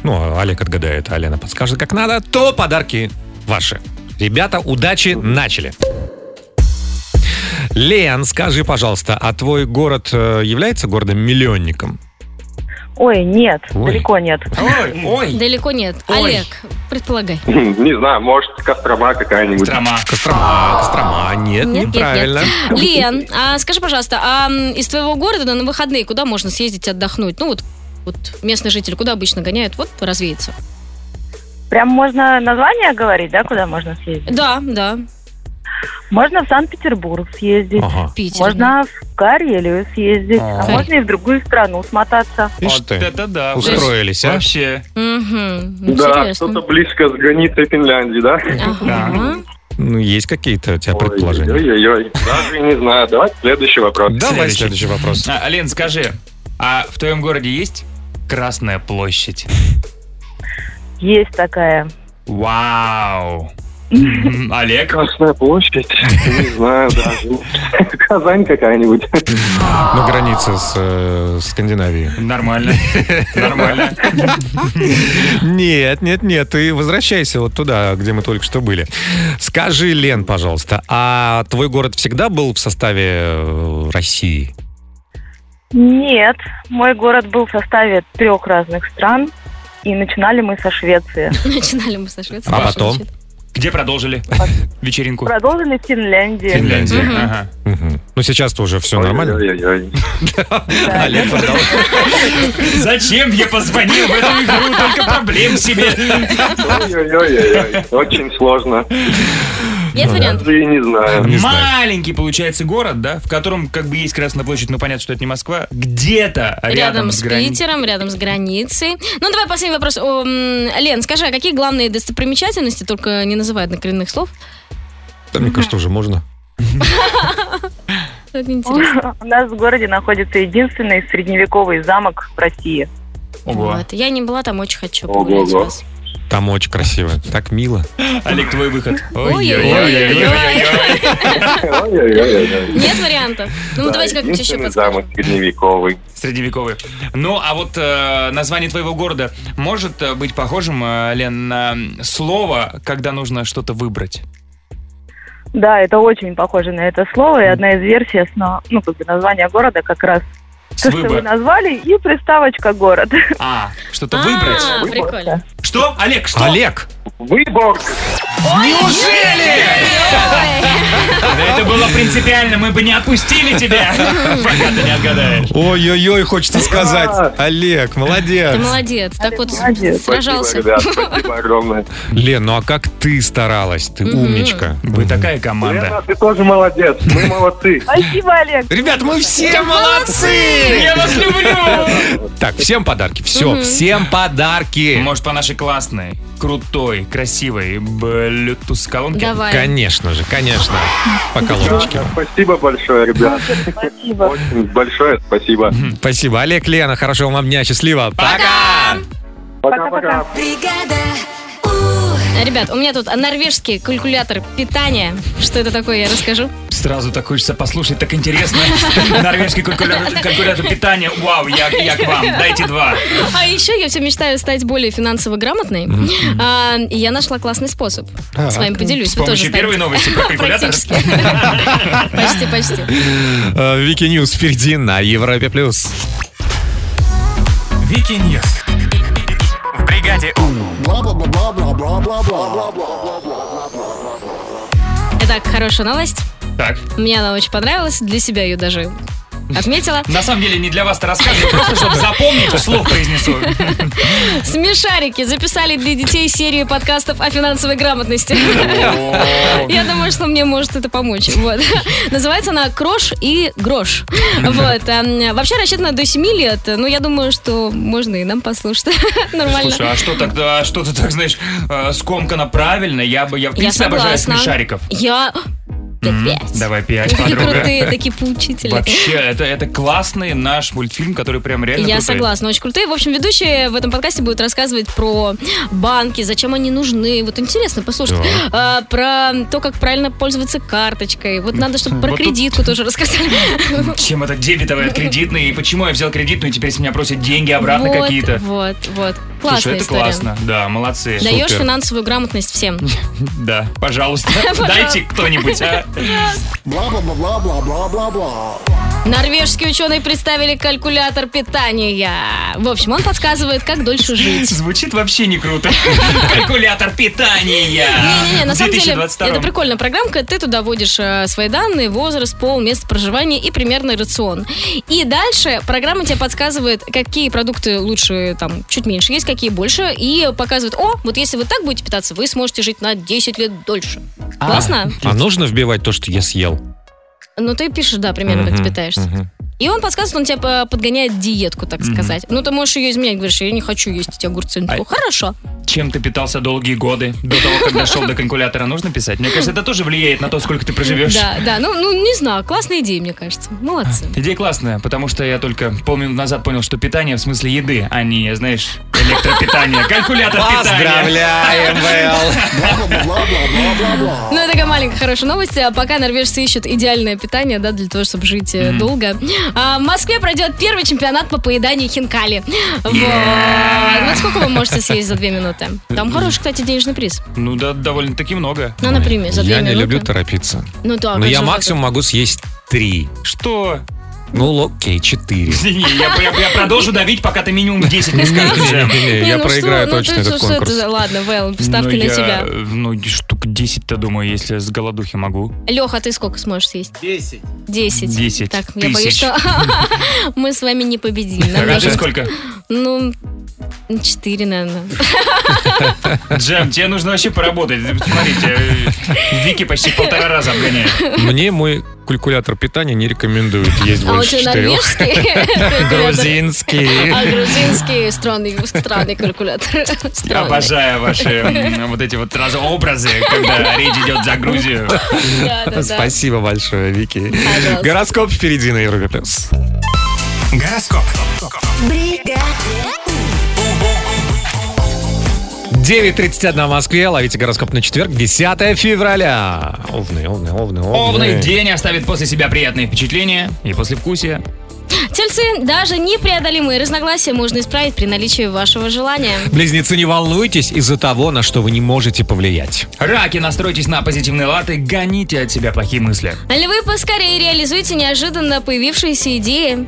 Speaker 1: ну, Олег отгадает, а Лена подскажет, как надо, то подарки ваши. Ребята, удачи, начали. Лен, скажи, пожалуйста, а твой город э, является городом-миллионником?
Speaker 23: Ой, нет,
Speaker 1: Ой.
Speaker 23: далеко нет.
Speaker 2: Ой, ой.
Speaker 3: Далеко нет. Олег, предполагай.
Speaker 22: Не знаю, может, Кострома
Speaker 1: М-м-м.
Speaker 22: какая-нибудь.
Speaker 2: Кострома.
Speaker 1: Кострома, Кострома. Нет,
Speaker 3: Нет, нет,
Speaker 1: неправильно.
Speaker 3: нет. Лен, а скажи, пожалуйста, а м, из твоего города на выходные куда можно съездить отдохнуть? Ну вот, вот местные жители куда обычно гоняют? Вот развеяться.
Speaker 23: Прям можно название говорить, да, куда можно съездить?
Speaker 3: Да, да.
Speaker 23: Можно в Санкт-Петербург съездить.
Speaker 1: Ага.
Speaker 23: Питер, можно в Карелию съездить, а,
Speaker 1: А.
Speaker 23: можно и в другую страну смотаться.
Speaker 1: Ишь ты,
Speaker 2: это да.
Speaker 1: Устроились, а?
Speaker 2: Вообще.
Speaker 3: Угу.
Speaker 22: Да, что-то близко с границей Финляндии, да?
Speaker 1: Ну, есть какие-то у тебя предположения?
Speaker 22: Ой-ой-ой, даже не знаю. Давай следующий вопрос.
Speaker 1: Давай следующий вопрос.
Speaker 2: А, Лен, скажи, а в твоем городе есть Красная площадь?
Speaker 23: Есть такая.
Speaker 2: Вау. М, Олег?
Speaker 22: Красная площадь? Не знаю даже. Казань какая-нибудь.
Speaker 1: Ну, граница с э, Скандинавией.
Speaker 2: Нормально. Нормально.
Speaker 1: Нет, нет, нет, ты возвращайся вот туда, где мы только что были. Скажи, Лен, пожалуйста, а твой город всегда был в составе э, России?
Speaker 23: Нет, мой город был в составе трех разных стран, и начинали мы со Швеции.
Speaker 3: Начинали мы со Швеции.
Speaker 1: А потом?
Speaker 2: Где продолжили вечеринку?
Speaker 23: Продолжили в Финляндии.
Speaker 2: Финляндия.
Speaker 23: Мгм.
Speaker 2: Ага.
Speaker 1: Мгм. Ну, сейчас тоже все нормально? Да, Олег, пожалуйста.
Speaker 2: Зачем я позвонил в эту игру? Только проблем себе.
Speaker 22: Ой-ой-ой, очень сложно.
Speaker 3: Нет вариантов?
Speaker 22: Даже и не знаю.
Speaker 2: Маленький, получается, город, да, в котором как бы есть Красная площадь, но понятно, что это не Москва. Где-то рядом,
Speaker 3: Рядом с
Speaker 2: грани-
Speaker 3: Питером, рядом с границей. Ну, давай последний вопрос. О, м, Лен, скажи, а какие главные достопримечательности, только не называй однокоренных слов?
Speaker 1: Да, Мне кажется, уже можно.
Speaker 3: Это интересно.
Speaker 23: У нас в городе находится единственный средневековый замок в России.
Speaker 1: Ого.
Speaker 3: Вот. Я не была там, очень хочу погулять у вас.
Speaker 1: Там очень красиво. Так мило.
Speaker 2: Олег, твой выход.
Speaker 22: Ой-ой-ой.
Speaker 3: Нет вариантов? Ну,
Speaker 22: Да,
Speaker 3: давайте как-нибудь еще
Speaker 22: единственный
Speaker 3: подскажем.
Speaker 22: замок средневековый.
Speaker 2: Средневековый. Ну, а вот э, название твоего города может э, быть похожим, э, Лен, на слово, когда нужно что-то выбрать?
Speaker 23: Да, это очень похоже на это слово, и одна из версий основ... ну, как бы названия города как раз
Speaker 2: С
Speaker 23: то, что вы
Speaker 2: выбор-
Speaker 23: назвали, и приставочка город.
Speaker 2: А, что-то выбрать?
Speaker 23: прикольно.
Speaker 2: Что? Олег, что?
Speaker 1: Олег!
Speaker 22: Выбор!
Speaker 2: Неужели? Да это было принципиально, мы бы не отпустили тебя, пока ты не отгадаешь.
Speaker 1: Ой-ой-ой, хочется сказать. Олег,
Speaker 3: Ты
Speaker 1: молодец.
Speaker 3: молодец. Так вот,
Speaker 23: молодец.
Speaker 3: сражался.
Speaker 22: Спасибо, ребят, спасибо огромное.
Speaker 1: Лен, ну а как ты старалась? Ты
Speaker 3: Мгм.
Speaker 1: умничка.
Speaker 2: Вы такая команда.
Speaker 22: Лена, ты тоже молодец, мы молодцы.
Speaker 23: Спасибо, Олег.
Speaker 1: Ребят, мы все
Speaker 2: молодцы! Я вас люблю!
Speaker 1: Так, всем подарки. Все,
Speaker 2: Мгм.
Speaker 1: всем подарки.
Speaker 2: Может, по нашей классной, крутой, красивой Bluetooth колонке?
Speaker 3: Давай.
Speaker 1: Конечно же, конечно. По колоночке.
Speaker 22: Спасибо большое, ребят. Спасибо. Очень большое спасибо.
Speaker 1: Спасибо. Олег, Лена, хорошего вам дня. Счастливо. Пока!
Speaker 22: Пока-пока.
Speaker 3: Ребят, у меня тут норвежский калькулятор питания. Что это такое, я расскажу.
Speaker 2: Сразу так хочется послушать, так интересно. Норвежский калькулятор калькулятор питания. Вау, я, я к вам. Дайте два.
Speaker 3: А еще я все мечтаю стать более финансово грамотной. А, и я нашла классный способ. С вами
Speaker 1: Так.
Speaker 3: поделюсь.
Speaker 2: С
Speaker 3: Вы тоже
Speaker 2: помощью первой
Speaker 3: станете.
Speaker 2: новости про калькулятор.
Speaker 3: Практически. Почти, почти.
Speaker 1: Э, Вики Ньюс впереди на Европе+. плюс. А
Speaker 17: Вики Ньюс. В бригаде У.
Speaker 3: Итак, хорошая новость.
Speaker 2: Так.
Speaker 3: Мне она очень понравилась. Для себя ее даже Отметила?
Speaker 2: На самом деле не для вас-то рассказываю, просто чтобы запомнить, вслух произнесу.
Speaker 3: Смешарики записали для детей серию подкастов о финансовой грамотности. Я думаю, что мне может это помочь. Вот. Называется она «Крош и грош». Вот. Эм, Вообще рассчитана до 7 лет, но я думаю, что можно и нам послушать. Нормально.
Speaker 2: Слушай, а что тогда, а что ты так, знаешь, э, скомкано правильно? Я бы, я в принципе обожаю
Speaker 3: согласна.
Speaker 2: смешариков.
Speaker 3: Я...
Speaker 2: М,
Speaker 3: пять.
Speaker 2: а Давай пять,
Speaker 3: Такие
Speaker 2: подруга.
Speaker 3: крутые, такие поучительные.
Speaker 2: Вообще, это, это классный наш мультфильм, который прям реально
Speaker 3: Я
Speaker 2: крутой.
Speaker 3: согласна, очень крутые. В общем, ведущие в этом подкасте будут рассказывать про банки, зачем они нужны. Вот интересно послушать. А, про то, как правильно пользоваться карточкой. Вот надо, чтобы про
Speaker 2: Вот тут-
Speaker 3: кредитку тоже рассказали.
Speaker 2: Чем это дебетовая от кредитной, и почему я взял кредитную, и теперь с меня просят деньги обратно
Speaker 3: Вот,
Speaker 2: какие-то.
Speaker 3: Вот, вот.
Speaker 2: Слушай,
Speaker 3: Классная
Speaker 2: это
Speaker 3: история.
Speaker 2: классно. Да, молодцы.
Speaker 3: Даешь финансовую грамотность всем.
Speaker 2: Да, пожалуйста,
Speaker 3: Пожалуйста.
Speaker 2: дайте кто-нибудь, а.
Speaker 6: Бла-бла-бла-бла-бла-бла-бла.
Speaker 3: Норвежские ученые представили калькулятор питания. В общем, он подсказывает, как дольше жить.
Speaker 2: Звучит вообще не круто. Калькулятор питания.
Speaker 3: Не-не-не, на самом деле,
Speaker 2: 2022.
Speaker 3: это прикольная программка. Ты туда вводишь э, свои данные, возраст, пол, место проживания и примерный рацион. И дальше программа тебе подсказывает, какие продукты лучше, там, чуть меньше есть, какие больше, и показывает, о, вот если вы так будете питаться, вы сможете жить на 10 лет дольше. Классно?
Speaker 1: А нужно вбивать то, что я съел?
Speaker 3: Ну, ты пишешь, да, примерно, как ты
Speaker 1: Мгм,
Speaker 3: питаешься.
Speaker 1: мгм.
Speaker 3: И он подсказывает, он тебе э, подгоняет диетку, так
Speaker 2: Мгм.
Speaker 3: сказать. Ну, ты можешь ее изменять, говоришь, я не хочу есть эти огурцы. Он такой, Хорошо.
Speaker 2: Чем ты питался долгие годы? До того, как дошел до калькулятора, нужно писать? Мне кажется, это тоже влияет на то, сколько ты проживешь.
Speaker 3: Да, да, ну, ну, не знаю, классная идея, мне кажется. Молодцы.
Speaker 2: Идея классная, потому что я только полминуты назад понял, что питание в смысле еды, а не, знаешь, электропитание. Калькулятор питания.
Speaker 1: Поздравляем,
Speaker 3: Ну, это такая маленькая хорошая новость. А Пока норвежцы ищут идеальное питание, да, для того, чтобы жить э,
Speaker 2: Мгм.
Speaker 3: долго. А, в Москве пройдет первый чемпионат по поеданию хинкали. Вот.
Speaker 2: Yeah.
Speaker 3: Вот сколько вы можете съесть за две минуты? Там хороший, кстати, денежный приз.
Speaker 2: Ну да, довольно-таки много.
Speaker 3: Ну, например, за две
Speaker 1: Я не
Speaker 3: минуты.
Speaker 1: люблю торопиться.
Speaker 3: Ну да,
Speaker 1: Но
Speaker 3: как
Speaker 1: я
Speaker 3: же
Speaker 1: максимум могу съесть три.
Speaker 2: Что?
Speaker 1: Ну, окей, четыре.
Speaker 2: Не, я, я- я продолжу давить, пока ты минимум 10 не скажешь. Джем.
Speaker 1: Не-не-не, Я
Speaker 3: ну
Speaker 1: проиграю
Speaker 3: что, ну
Speaker 1: точно
Speaker 3: ты
Speaker 1: этот
Speaker 3: что, что это
Speaker 1: конкурс.
Speaker 3: за- Ладно, Вэл, ставки
Speaker 2: Ну,
Speaker 3: на
Speaker 2: я,
Speaker 3: тебя.
Speaker 2: э, Ну, штук 10-то, думаю, если с голодухи могу.
Speaker 3: Леха, ты сколько сможешь съесть? Десять. Десять.
Speaker 2: Десять
Speaker 3: Так, я боюсь,
Speaker 2: тысяч.
Speaker 3: что мы с вами не победим. Нам
Speaker 2: Так, а ты
Speaker 3: нужно-
Speaker 2: сколько?
Speaker 3: Ну, четыре, наверное.
Speaker 2: Джем, тебе нужно вообще поработать. Смотрите, э, Вики почти полтора раза обгоняет.
Speaker 1: Мне мой калькулятор питания не рекомендует есть
Speaker 3: А у
Speaker 1: больше
Speaker 3: тебя
Speaker 1: четырех.
Speaker 3: норвежский калькулятор? А
Speaker 1: Грузинский.
Speaker 3: грузинский странный, странный калькулятор.
Speaker 2: Я
Speaker 3: Странный.
Speaker 2: обожаю ваши м, вот эти вот сразу образы, когда речь идет за Грузию.
Speaker 3: Да, да, да.
Speaker 1: Спасибо большое, Вики.
Speaker 3: Пожалуйста.
Speaker 1: Гороскоп впереди на Европе плюс.
Speaker 17: Гороскоп.
Speaker 1: 9.31 в Москве. Ловите гороскоп на четверг, 10 февраля. Овны, овны, овны, овны.
Speaker 2: Овный день оставит после себя приятные впечатления и послевкусие.
Speaker 3: Тельцы, даже непреодолимые разногласия можно исправить при наличии вашего желания.
Speaker 1: Близнецы, не волнуйтесь из-за того, на что вы не можете повлиять.
Speaker 2: Раки, настройтесь на позитивные латы, гоните от себя плохие мысли.
Speaker 3: Львы, поскорее реализуйте неожиданно появившиеся идеи.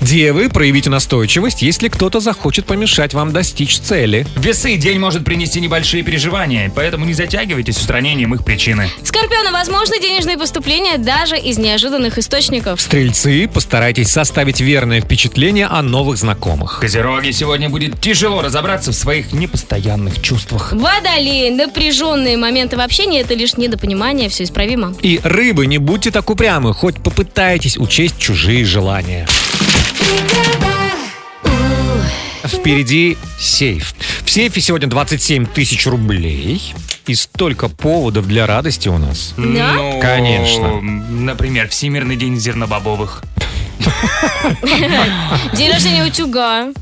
Speaker 1: Девы, проявите настойчивость, если кто-то захочет помешать вам достичь цели.
Speaker 2: Весы день может принести небольшие переживания, поэтому не затягивайтесь с устранением их причины.
Speaker 3: Скорпионы, возможны денежные поступления даже из неожиданных источников.
Speaker 1: Стрельцы, постарайтесь составить верное впечатление о новых знакомых.
Speaker 2: Козероги, сегодня будет тяжело разобраться в своих непостоянных чувствах.
Speaker 3: Водолеи, напряженные моменты в общении – это лишь недопонимание, все исправимо.
Speaker 1: И рыбы, не будьте так упрямы, хоть попытайтесь учесть чужие желания. Впереди сейф. В сейфе сегодня 27 тысяч рублей. И столько поводов для радости у нас.
Speaker 2: Ну,
Speaker 1: Конечно.
Speaker 2: Например, Всемирный день зернобобовых.
Speaker 3: День рождения утюга.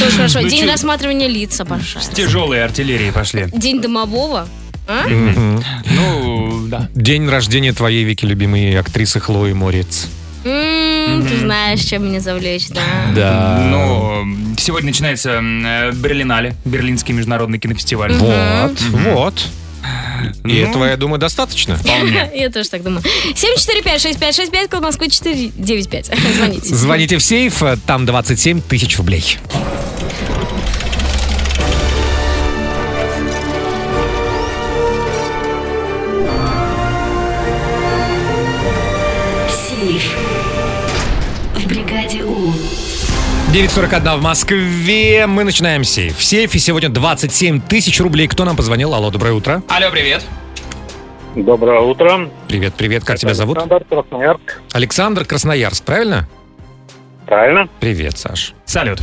Speaker 3: Тоже хорошо.
Speaker 2: Ну,
Speaker 3: День
Speaker 2: чё-
Speaker 3: рассматривания лица, пожалуйста.
Speaker 2: С тяжелой артиллерией пошли.
Speaker 3: День домового. А?
Speaker 1: Мгм.
Speaker 2: Ну, да.
Speaker 1: День рождения твоей веки любимой актрисы Хлои Морец.
Speaker 3: М, Ты знаешь, чем меня завлечь, да.
Speaker 1: Да.
Speaker 2: Ну, сегодня начинается м, э, Берлинале, Берлинский международный кинофестиваль.
Speaker 1: Вот, вот. И
Speaker 2: Ну.
Speaker 1: этого, я думаю, достаточно.
Speaker 3: Я тоже так думаю. 745-6565, код Москвы 495. Звоните.
Speaker 1: Звоните в сейф, э, там 27 тысяч рублей.
Speaker 6: Бригаде У.
Speaker 1: 9.41 в Москве. Мы начинаем сейф. В сейфе сегодня 27 тысяч рублей. Кто нам позвонил? Алло, доброе утро.
Speaker 2: Алло, привет.
Speaker 1: Доброе утро. Привет, привет. Как тебя зовут?
Speaker 24: Александр Красноярск.
Speaker 1: Александр Красноярск, правильно?
Speaker 24: Правильно.
Speaker 1: Привет, Саш.
Speaker 2: Салют.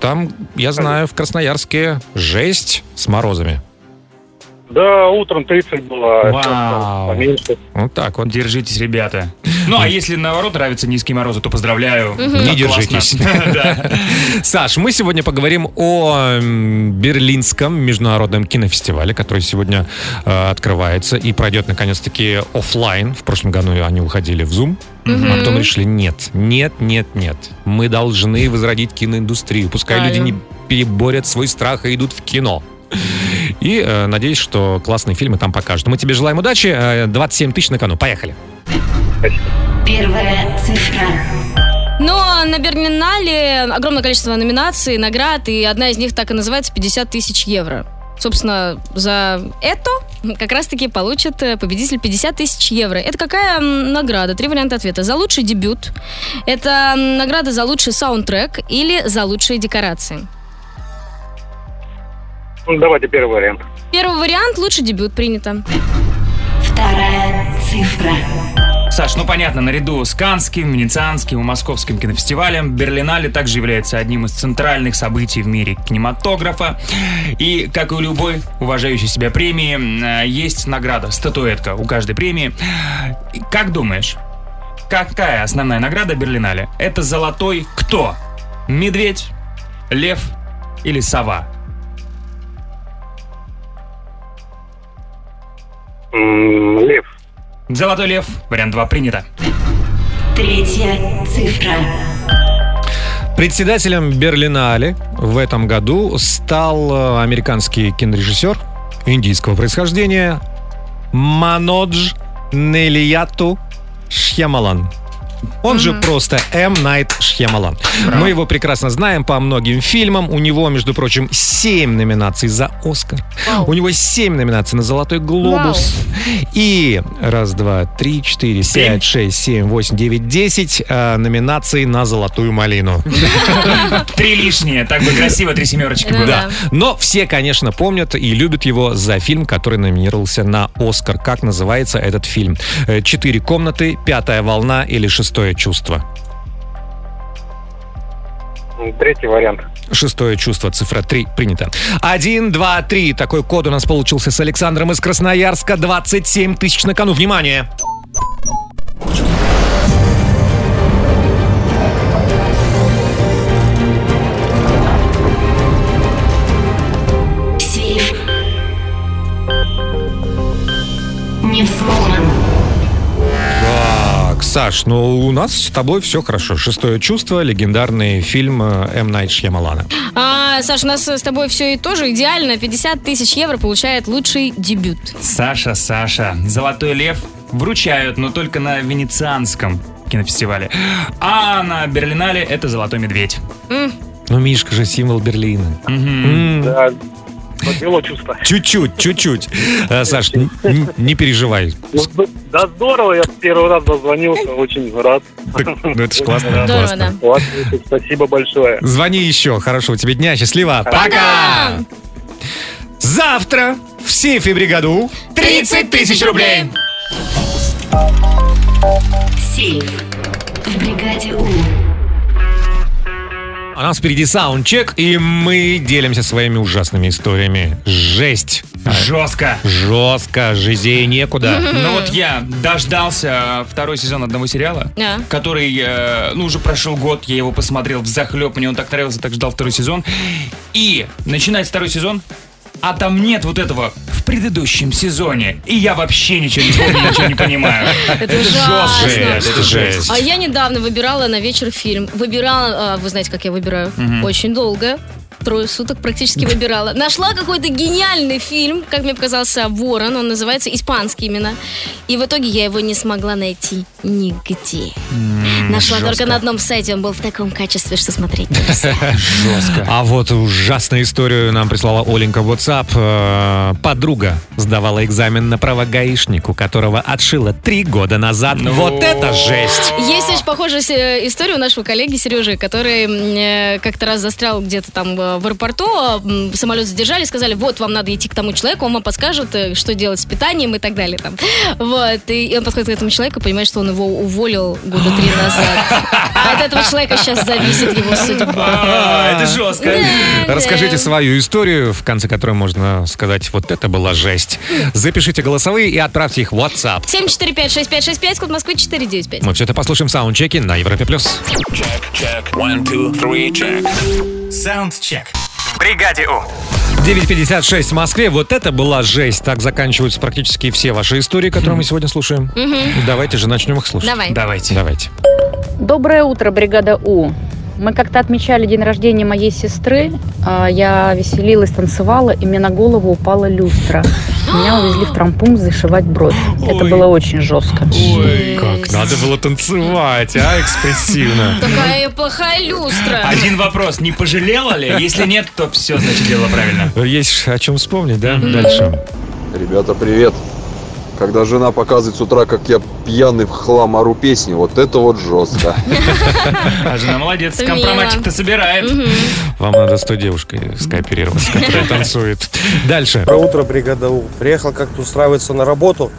Speaker 1: Там, я знаю, в Красноярске жесть с морозами.
Speaker 24: Да, утром 30
Speaker 12: А
Speaker 24: было.
Speaker 2: Вау.
Speaker 1: Вот так вот.
Speaker 2: Держитесь, ребята. Ну, а если, наоборот, нравятся низкие морозы, то поздравляю.
Speaker 1: Мгм. Не держитесь.
Speaker 2: Да.
Speaker 1: Саш, мы сегодня поговорим о м, Берлинском международном кинофестивале, который сегодня э, открывается и пройдет наконец-таки офлайн. В прошлом году они уходили в Zoom.
Speaker 6: Мгм.
Speaker 1: А потом решили, нет, нет, нет, нет. Мы должны возродить киноиндустрию. Пускай люди не
Speaker 6: Правильно.
Speaker 1: переборят свой страх и идут в кино. И э, надеюсь, что классные фильмы там покажут. Мы тебе желаем удачи. Э, 27 тысяч на кону. Поехали.
Speaker 6: Первая цифра.
Speaker 3: Но на Берлинале огромное количество номинаций, наград, и одна из них так и называется 50 тысяч евро. Собственно, за это как раз-таки получит э, победитель 50 тысяч евро. Это какая м, награда? Три варианта ответа. За лучший дебют, это м, награда за лучший саундтрек или за лучшие декорации.
Speaker 24: Ну, Давайте первый вариант.
Speaker 3: Первый вариант – лучший дебют принято.
Speaker 6: Вторая цифра.
Speaker 2: Саш, ну понятно, наряду с Канским, Венецианским и Московским кинофестивалем Берлинале также является одним из центральных событий в мире кинематографа. И, как и у любой уважающей себя премии, э, есть награда, статуэтка у каждой премии. И Как думаешь, какая основная награда Берлинале? Это золотой кто? Медведь, лев или сова?
Speaker 24: Лев.
Speaker 2: Золотой лев, вариант 2 принято.
Speaker 6: Третья цифра.
Speaker 1: Председателем Берлинале в этом году стал э, американский кинорежиссер индийского происхождения Манодж Нелияту Шьямалан. Он же просто М. Найт Шьямалан. Мы его прекрасно знаем по многим фильмам. У него, между прочим, 7 номинаций за Оскар. У него 7 номинаций на Золотой Глобус. И раз, два, три, четыре, пять, шесть, семь, восемь, девять, десять э, номинаций на Золотую Малину.
Speaker 2: Три лишние, так бы красиво, три семерочки было.
Speaker 1: Ну Да. Но все, конечно, помнят и любят его за фильм, который номинировался на Оскар. Как называется этот фильм? Э, Четыре комнаты, пятая волна или шестое чувство?
Speaker 24: Третий вариант.
Speaker 1: Шестое чувство, цифра 3, принято. Один, два, три. Такой код у нас получился с Александром из Красноярска. 27 тысяч на кону. Внимание!
Speaker 6: Сейф. Не взломан.
Speaker 1: Так, Саш, ну у нас с тобой все хорошо. Шестое чувство, легендарный фильм э, М. Найт Шьямалана.
Speaker 3: А, Саш, у нас с тобой все и тоже идеально. 50 тысяч евро получает лучший дебют.
Speaker 2: Саша, Саша, Золотой Лев вручают, но только на венецианском кинофестивале. А на Берлинале это Золотой Медведь.
Speaker 1: Ну, Мишка же символ Берлина.
Speaker 24: Да, подвело чувство.
Speaker 1: Чуть-чуть, чуть-чуть. Э, Саш, н- н- не переживай.
Speaker 24: Ну, д- Да здорово, я в первый раз дозвонился, очень рад.
Speaker 1: ну, это ж классно, Здорово, классно. да.
Speaker 24: Классно, спасибо большое.
Speaker 1: Звони еще. Хорошего тебе дня. Счастливо. Пока! Завтра в сейфе бригаду
Speaker 6: 30 тысяч рублей. Сейф. В бригаде У.
Speaker 1: А у нас впереди саундчек, и мы делимся своими ужасными историями. Жесть.
Speaker 2: Жестко.
Speaker 1: Жестко. Жизей некуда.
Speaker 2: Ну вот я дождался э, второй сезон одного сериала,
Speaker 3: Да.
Speaker 2: который, э, ну уже прошел год, я его посмотрел в захлеб, мне он так нравился, так ждал второй сезон. И начинается второй сезон, а там нет вот этого в предыдущем сезоне. И я вообще ничего не помню, ничего не понимаю.
Speaker 3: Это ужасно.
Speaker 1: Жесть, это жесть.
Speaker 3: А я недавно выбирала на вечер фильм. Выбирала, а, вы знаете, как я выбираю,
Speaker 1: Мгм.
Speaker 3: очень долго. Трое суток практически выбирала. Нашла какой-то гениальный фильм, как мне показался, «Ворон». Он называется «Испанский» именно. И в итоге я его не смогла найти нигде. Нашла только на одном сайте. Он был в таком качестве, что смотреть нельзя.
Speaker 1: Жестко. А вот ужасную историю нам прислала Оленька в WhatsApp. Э, Подруга сдавала экзамен на право гаишнику, которого отшила три года назад. Вот это жесть!
Speaker 3: Есть очень похожая э, история у нашего коллеги Сережи, который м, э, как-то раз застрял где-то там э, в аэропорту, а, м, самолет задержали, сказали, вот, вам надо идти к тому человеку, он вам подскажет, э, что делать с питанием и так далее. Там. Вот. И и он подходит к этому человеку и понимает, что он его уволил года три назад. А От этого человека сейчас зависит его судьба.
Speaker 2: А, это жестко.
Speaker 1: Расскажите свою историю, в конце которой можно сказать, вот это была жесть. Запишите голосовые и отправьте их в WhatsApp.
Speaker 3: 745-6565, код Москвы 495.
Speaker 1: Мы все это послушаем в саундчеке на Европе+. плюс.
Speaker 17: Саундчек.
Speaker 25: В бригаде У.
Speaker 1: 9.56 в Москве. Вот это была жесть. Так заканчиваются практически все ваши истории, которые мы сегодня слушаем.
Speaker 12: Мгм.
Speaker 1: Давайте же начнем их слушать.
Speaker 12: Давай.
Speaker 1: Давайте. Давайте.
Speaker 12: Доброе утро, бригада У. Мы как-то отмечали день рождения моей сестры. А, Я веселилась, танцевала, и мне на голову упала люстра. Меня увезли в трампунг зашивать бровь. Это было очень жестко.
Speaker 1: Как надо было танцевать, а, экспрессивно.
Speaker 3: Такая плохая люстра.
Speaker 2: Один вопрос. Не пожалела ли? Если нет, то все, значит, дело правильно.
Speaker 1: Есть о чем вспомнить, да? Дальше.
Speaker 26: Ребята, привет. Когда жена показывает с утра, как я пьяный в хлам ору песни, вот это вот жестко.
Speaker 2: А жена молодец, компроматик-то собирает.
Speaker 1: Вам надо с той девушкой скооперироваться, которая танцует. Дальше.
Speaker 27: Доброе утро, бригада У. Приехал как-то устраиваться на работу,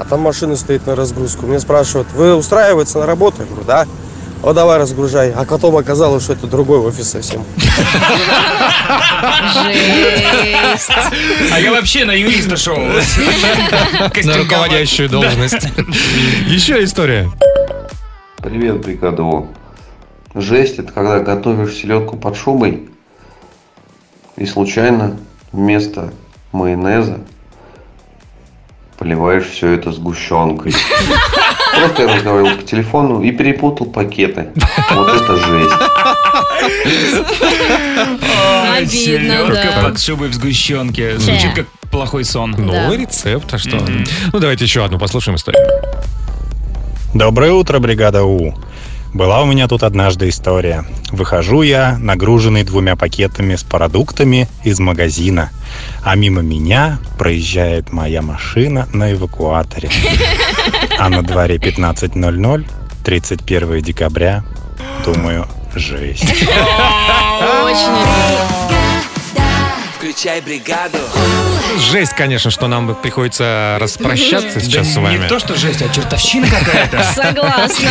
Speaker 27: а там машина стоит на разгрузку. Меня спрашивают, вы устраиваетесь на работу? Я говорю, да. О, давай разгружай. А потом оказалось, что это другой офис совсем.
Speaker 3: Жесть.
Speaker 2: А я вообще на юриста шел.
Speaker 1: На руководящую должность. Еще история.
Speaker 28: Привет, бригада О. Жесть, это когда готовишь селедку под шубой и случайно вместо майонеза поливаешь все это сгущенкой. Просто я разговаривал по телефону и перепутал пакеты. Вот это жесть.
Speaker 3: Обидно,
Speaker 2: Селёдка
Speaker 3: да.
Speaker 2: под шубой в сгущенке. Звучит как плохой сон.
Speaker 1: Новый рецепт, а что? Ну, давайте еще одну послушаем историю.
Speaker 29: Доброе утро, бригада У. Была у меня тут однажды история. Выхожу я, нагруженный двумя пакетами с продуктами из магазина, а мимо меня проезжает моя машина на эвакуаторе. А на дворе 15.00, 31 декабря, думаю, жесть.
Speaker 30: Включай бригаду.
Speaker 1: Жесть, конечно, что нам приходится распрощаться сейчас
Speaker 2: Да
Speaker 1: с вами.
Speaker 2: Не то, что жесть, а чертовщина какая-то.
Speaker 3: Согласна.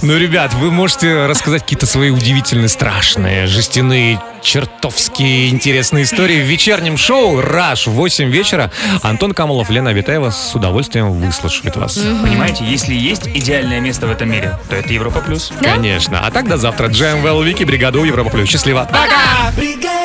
Speaker 1: Ну, ребят, вы можете рассказать какие-то свои удивительные, страшные, жестяные, чертовские интересные истории в вечернем шоу «Раш» в 8 вечера. Антон Камолов, Лена Витаева с удовольствием выслушают вас.
Speaker 2: Понимаете, если есть идеальное место в этом мире, то это Европа плюс.
Speaker 1: Эм Конечно. А так до завтра. Джем Вики, бригаду Европа Плюс. Счастливо.
Speaker 6: Пока! Бригада!